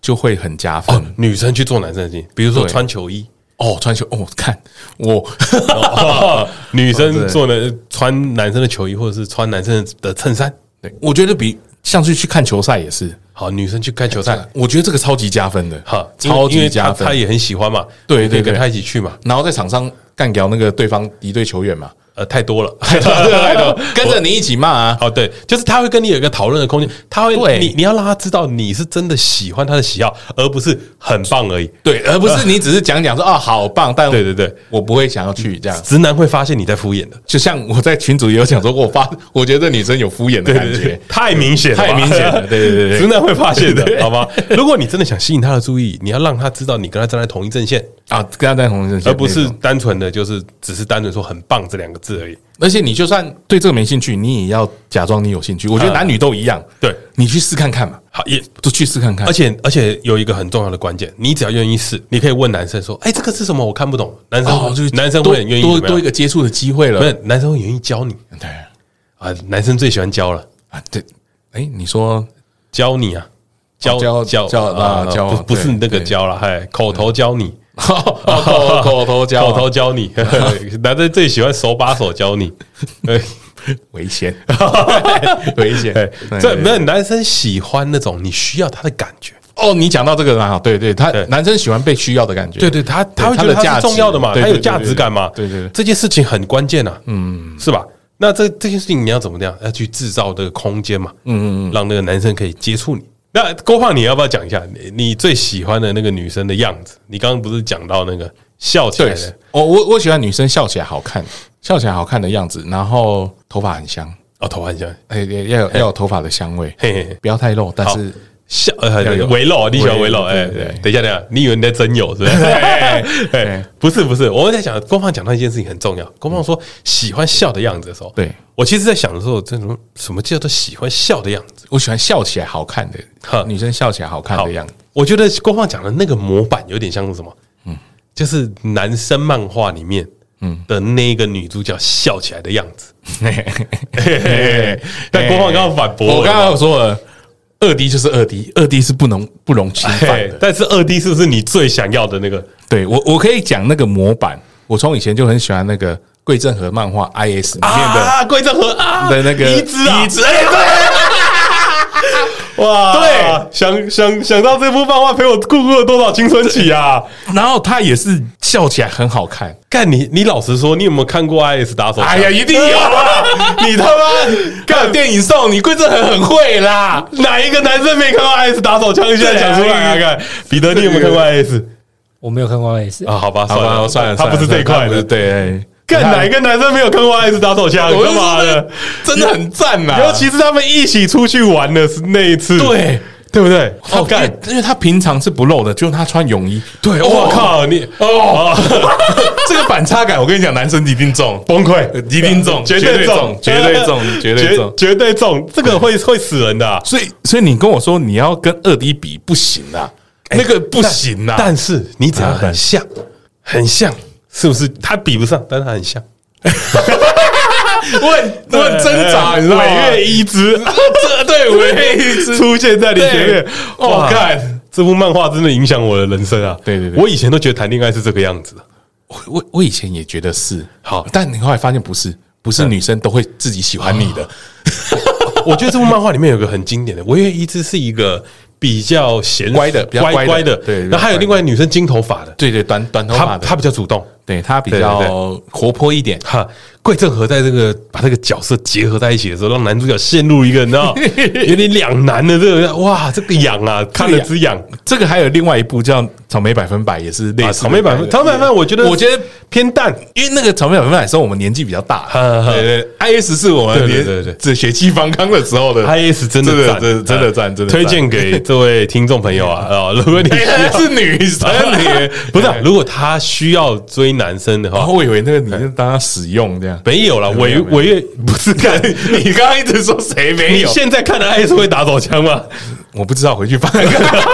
B: 就会很加分
A: 哦，女生去做男生的事情，比如说
B: 嗯对
A: 穿球 衣，
B: 哦。穿球哦，看我
A: 哦女生
B: 对
A: 做的穿男生的球衣，或者是穿男生的衬衫。
B: 对，我觉得比像是去看球赛也是，
A: 好，女生去看球赛，
B: 我觉得这个超级加分的，
A: 哈，因为
B: 超
A: 因
B: 级
A: 为她
B: 加
A: 她
B: 分。
A: 也很喜欢嘛，你
B: 对
A: 可以
B: 对对
A: 跟她一起去嘛。
B: 然后在场上干掉那个对方敌对球员嘛，
A: 呃，太多 了，
B: 跟着你一起骂啊，
A: 哦，对，就是他会跟你有一个讨论的空间，他会
B: 对
A: 你你要让他知道你是真的喜欢他的喜好，而不是很棒而已。
B: 对，而不是你只是讲讲说啊好棒，但
A: 对对对，
B: 我不会想要去这样。
A: 直男会发现你在敷衍的，
B: 就像我在群主也有讲说，我发我觉得女生有敷衍的
A: 对
B: 感
A: 对
B: 觉
A: 对，，太明显了吧，
B: 太明显 了对对对对
A: 直男会发现的，好吗？如果你真的想吸引他的注意，你要让他知道你跟他站在同一阵线，
B: 啊，跟他在同一阵线，
A: 而不是。单纯的就是只是单纯说很棒这两个字而已。
B: 而且你就算对这个没兴趣，你也要假装你有兴趣。我觉得男女都一样，
A: 对
B: 你去试看看嘛，
A: 好，也
B: 就去试看看
A: 而。且而且有一个很重要的关键，你只要愿意试，你可以问男生说：“哎，这个是什么？我看不懂。”男生、
B: 哦就是
A: 男生
B: 多
A: 会很愿意
B: 多
A: 怎么样
B: 多一个接触的机会了
A: 不。是男生会愿意教你
B: 对
A: 啊，男生最喜欢教了，
B: 啊，对，哎，你说
A: 教你啊，教
B: 哦教教啊教
A: 不不是
B: 对
A: 那个
B: 对
A: 教了，哎，口头教你，
B: 口口头教，
A: 口头教 你，男生最喜欢手把手教你，对
B: 危险，危险
A: 对，
B: 对
A: 这
B: 对
A: 没有男生喜欢那种你需要他的感觉，
B: 哦，你讲到这个蛮好，对对，他
A: 对
B: 男生喜欢被需要的感觉，
A: 对对，他他会
B: 他
A: 觉得
B: 的
A: 他
B: 价
A: 是
B: 值
A: 重要的嘛，
B: 对
A: 他
B: 对
A: 有
B: 对
A: 价
B: 对
A: 值感嘛，
B: 对对对
A: 这件事情很关键啊，嗯，是吧？那这这件事情你要怎么样？要去制造这个空间嘛，嗯嗯，让那个男生可以接触你。那郭胖，你要不要讲一下你你最喜欢的那个女生的样子？你刚刚不是讲到那个笑起来
B: 对
A: 的，
B: 我我我喜欢女生笑起来好看，笑起来好看的样子，然后头发很香，
A: 哦，头很像，
B: 哎，要有要有头发的香味，
A: 嘿嘿，
B: 不要太露，但
A: 好
B: 是
A: 笑呃
B: 要有
A: 围绕，你喜欢围绕？
B: 围
A: 哎，
B: 对对
A: 等一下，等一下，你以为你在真有是不是？ 哎哎不是不是，我在想，郭胖讲到一件事情很重要。郭胖说喜欢笑的样子的时候，
B: 对
A: 我其实在想的时候，这种什么叫做喜欢笑的样子？
B: 我喜欢笑起来好看
A: 呵
B: 的女生，笑起来好看的样子，
A: 我觉得郭胖讲的那个模板有点像是什么？嗯，就是男生漫画里面。嗯的那个女主角笑起来 的样子，但郭胖刚刚反驳
B: 我
A: 我
B: 刚
A: 了
B: 刚有说了，二 D 就是二 D，二 D 是不能不容侵犯
A: 嘿
B: 的。
A: 但是二 D 是不是你最想要的那个？
B: 对我，我可以讲那个模板，我从以前就很喜欢那个桂正和漫画 IS 里面的、
A: 啊，贵正和啊
B: 的那个
A: 移植啊，
B: 移植
A: 哎对，哇，对，想想想到这部漫画陪我度过了多少青春期啊！
B: 然后他也是笑起来很好看。
A: 干你，你老实说，你有没有看过 IS 打手枪？
B: 哎呀，一定有啊！ 你他妈干电影送你桂正和很会啦。
A: 哪一个男生没看过 IS 打手枪？你现在讲出来啊！看彼得，你有没有看过 IS
C: 我没有看过 S，
A: 啊？好吧，
B: 好
A: 算
B: 吧，算了，
A: 他不是这一块
B: 他不是
A: 的。
B: 对，哎
A: 干哪一？个男生没有看过 IS 打手枪？
B: 我就
A: 干
B: 说
A: 嘛
B: 那
A: 的
B: 个？真的很赞呐，哦
A: 尤其是他们一起出去玩的那一次，
B: 对
A: 对不对？
B: 哦，因
A: 干
B: 为因为他平常是不露的，就是他穿泳衣。对
A: 我，靠你哦，
B: 这个反差感，我跟你讲，男生一定中，
A: 崩溃，
B: 一定中，
A: 绝
B: 对
A: 对中，
B: 绝对 中，绝对中。
A: 绝对中，这个会会死人的啊。
B: 所以，所以你跟我说你要跟二 D 比不行啊，那个不行啊。
A: 但是你只要
B: 啊
A: 很像，很像，是不是？他比不上，但是他很像。
B: 我很我很挣扎，
A: 呃
B: 你知道吗？
A: 违越一枝
B: 这 对违约一枝，
A: 出现在你前面
B: 对，
A: 哇
B: 哇！
A: 看 这部漫画真的影响我的人生啊！
B: 对对对
A: 我以前都觉得谈恋爱是这个样子的，
B: 我我我以前也觉得是
A: 好
B: 但你后来发现不是，不是女生都会自己喜欢你的。
A: 我觉得这部漫画里面有个很经典的，维约一枝是一个比较贤
B: 乖的比较
A: 乖
B: 乖
A: 的，
B: 的对
A: 然后还有
B: 比较
A: 另
B: 乖的
A: 外一个女生金头发的，
B: 对对，短短头
A: 她
B: 发的，
A: 她比较主动。
B: 对她比
A: 对对
B: 较活泼一点。
A: 哈，桂正和在这个把这个角色结合在一起的时候，让男主角陷入一个你知 道有点两难的这个哇，这个痒啊，看了直痒
B: 这个还有另外一部叫《草莓百分百》，也是类
A: 啊！
B: 似
A: 草
B: 的
A: 莓百分，
B: 概念
A: 草莓百分，我觉得
B: 我觉得
A: 偏淡，
B: 因为那个草莓百分百的时候，我们年纪比较大，
A: 呵呵
B: 对对，I S 是我
A: 对
B: 们
A: 对
B: 年
A: 对对
B: 这血气方刚的时候的
A: I S 真
B: 真
A: 的
B: 的
A: 赞
B: 真的真的赞
A: 啊
B: 真的
A: 推
B: 赞
A: 荐 给这位听众朋友啊啊！如果你需
B: 哎
A: 要
B: 是女 生，你
A: 不是啊，如果他需要追男生的
B: 然
A: 话
B: 后，我以为那个你就当它使用这样，
A: 没有啦，
B: 哦没
A: 违
B: 有没有
A: 违约不是看。
B: 你刚刚一直说谁 没
A: 你现在看的 I S 会打手枪 吗？
B: 我不知道，回去翻看。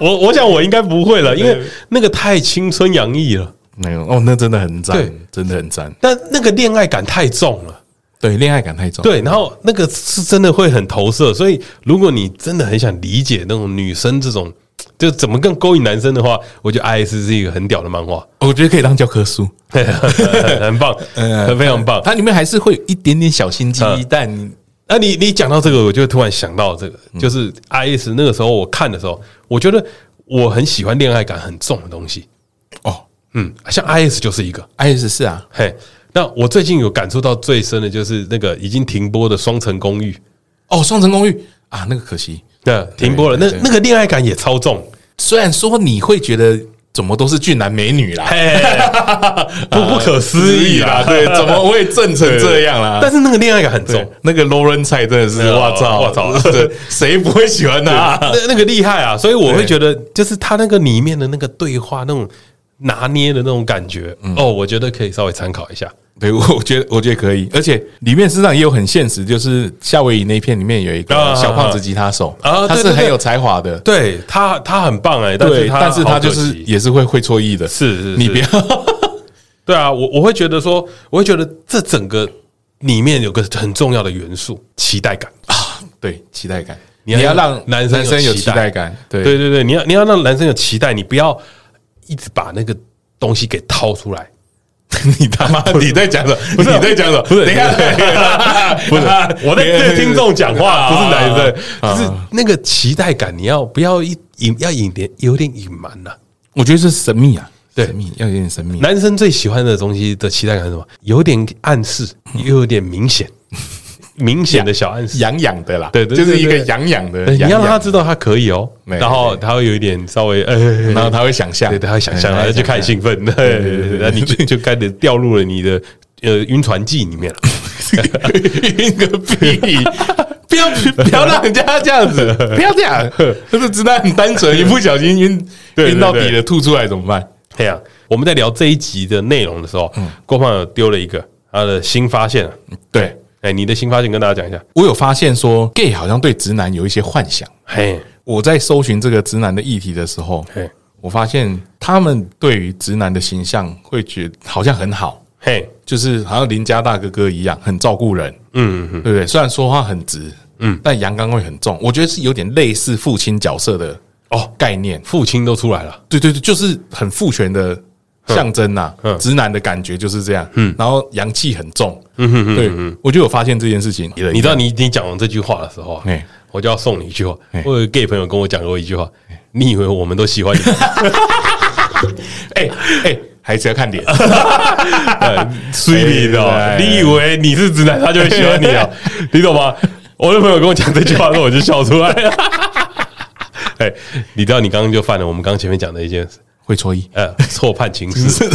A: 我我想我应该不会了，因为那个太青春洋溢了，
B: 没有哦， 那真的很赞
A: 对，
B: 真的很赞。
A: 但那个恋爱感太重了。
B: 对，恋爱感太重。，
A: 对，然后那个是真的会很投射，所以如果你真的很想理解那种女生这种，就怎么更勾引男生的话，我觉得《I S》是一个很屌的漫画，
B: 哦我觉得可以当教科书。
A: 很棒，
B: 呃
A: 很非常棒。
B: 哦它里面还是会有一点点小心机
A: 嗯，
B: 但
A: 那你你讲到这个，我就突然想到这个，就是《I S》那个时候我看的时候，我觉得我很喜欢恋爱感很重的东西，
B: 哦
A: 嗯，像《I S》就是一个，
B: ，IS 是啊，
A: 嘿。那我最近有感触到最深的就是那个已经停播的《双层公寓》，
B: 哦，双层公寓啊，那个可惜。
A: 对，停播了，那
B: 对对
A: 那个恋爱感也超重，
B: 虽然说你会觉得怎么都是俊男美女 啦，啊
A: 不不可思议啦，
B: 对，怎么会正成这样啦？
A: 但
B: 但
A: 是那个恋爱感很重
B: 对，，那个 Lauren 菜真的是，
A: 哦
B: 我操，
A: 哇操
B: 对，谁不会喜欢他啊？
A: 那那个厉害啊！所以我会觉得，就是他那个里面的那个对话，那种拿捏的那种感觉，哦，我觉得可以稍微参考一下。
B: 对，我我觉得我觉得可以，而且里面实际上也有很现实，就是夏威夷那片里面有一
A: 啊
B: 个小胖子吉他手，
A: 啊啊
B: 他
A: 对
B: 是
A: 对对
B: 很有才华的，
A: 对他，他很棒哎，但是
B: 对，
A: 他
B: 但是他
A: 好可
B: 就是
A: 惜
B: 也是会会错意的，
A: 是是
B: 你
A: 是
B: 不要
A: 对啊，我我会觉得说，我会觉得这整个里面有个很重要的元素，期待感。
B: 对期待感，
A: 你
B: 你
A: 要
B: 要
A: 让
B: 让
A: 男
B: 男
A: 生有
B: 生有
A: 期
B: 期
A: 待
B: 待感，
A: 对
B: 对，
A: 对对，你要你要让男生有期待，你不要一直把那个东西给掏出来。
B: 你他妈你在讲什么？
A: 不是
B: 你在讲什么？
A: 不是
B: 等一下，
A: 不是
B: 等一 下
A: 不是， 我在对听众讲 话，不是男生，
B: 啊
A: 就是那个期待感，你要不要一隐要隐点有点隐瞒呐？
B: 我觉得是神秘啊，
A: 对
B: 神秘要有点神秘，
A: 男生最喜欢的东西的期待感是什么？有点暗示，又有点明 显，明显的小暗示。
B: 痒痒的啦，
A: 对对对
B: 就是一个
A: 对对
B: 痒痒的，
A: 哎对你
B: 痒
A: 要
B: 痒
A: 让他
B: 的
A: 知道他可以哦，
B: 没
A: 然后他会有一点稍微，哎哎哎
B: 然后他会想象，
A: 对，他会想象，
B: 哎
A: 然后就开始兴奋，对对
B: 对
A: 对
B: 对
A: 对，
B: 对
A: 然后你就就开始掉入了你的呃晕船记里面了。
B: 晕个屁！不要不要让人家这样子，不要这样，就是直男很单纯，一不小心晕
A: 对对
B: 晕到底了，吐出来怎么办？
A: 哎呀，我们在聊这一集的内容的时候，郭胖有丢了一个他的新发现啊。
B: 对
A: 哎，你的新发现跟大家讲一下。
B: 我有发现说，gay 好像对直男有一些幻想。
A: 嘿，
B: 我在搜寻这个直男的议题的时候
A: 嘿，
B: 我发现他们对于直男的形象会觉得好像很好，
A: 嘿，
B: 就是好像邻家大哥哥一样，很照顾人，
A: 嗯嗯
B: 对不对？虽然说话很直，嗯，但阳刚味很重，我觉得是有点类似父亲角色的
A: 哦
B: 概念。
A: 父亲都出来了，
B: 对对对，就是很父权的象征呐、
A: 嗯
B: 直男的感觉就是这样。嗯，然后阳气很重。嗯哼哼，对，我就有发现这件事情。
A: 你知道你你讲完这句话的时候啊
B: 哎，
A: 我就要送你一句话
B: 哎。
A: 我有个 gay 朋友跟我讲过一句话，你以为我们都喜欢你？
B: 哎哎，还是要 看脸。
A: 吹你的哦
B: 哎，
A: 你以为你是直男，他就会喜欢你哦，你懂吗？我的朋友跟我讲这句话的时候，我就笑 出来了。哎，你知道你刚刚就犯了我们刚前面讲的一件事，
B: 会搓衣，
A: 呃，错判情 事。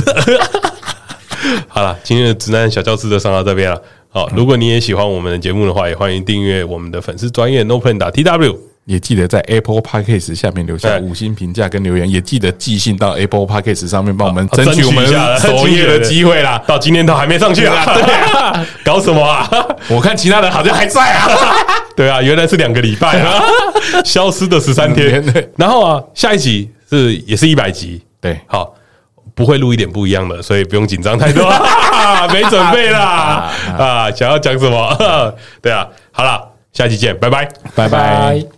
A: 好了，今天的直男小教室就上到这边了。好，如果你也喜欢我们的节目的话，也欢迎订阅我们的粉丝专业 No Plan 打 T W。
B: 也记得在 Apple Podcast 下面留下
A: 哎
B: 五星评价跟留言，也记得寄信到 Apple Podcast 上面帮我们
A: 啊
B: 争取我们
A: 一下
B: 首页的机会啦。
A: 啊到今天都还没上去啊！对啊， 搞什么啊？
B: 我看其他人好像还在 啊，
A: 对啊，原来是两个礼拜啊，消失的十三天
B: 嗯对。
A: 然后啊，下一集是也是一百集，
B: 对
A: 好，不会录一点不一样的，所以不用紧张太多， 啊没准备啦 啊，想要讲什么？对啊，好啦，下一集见，拜拜。
B: 拜拜。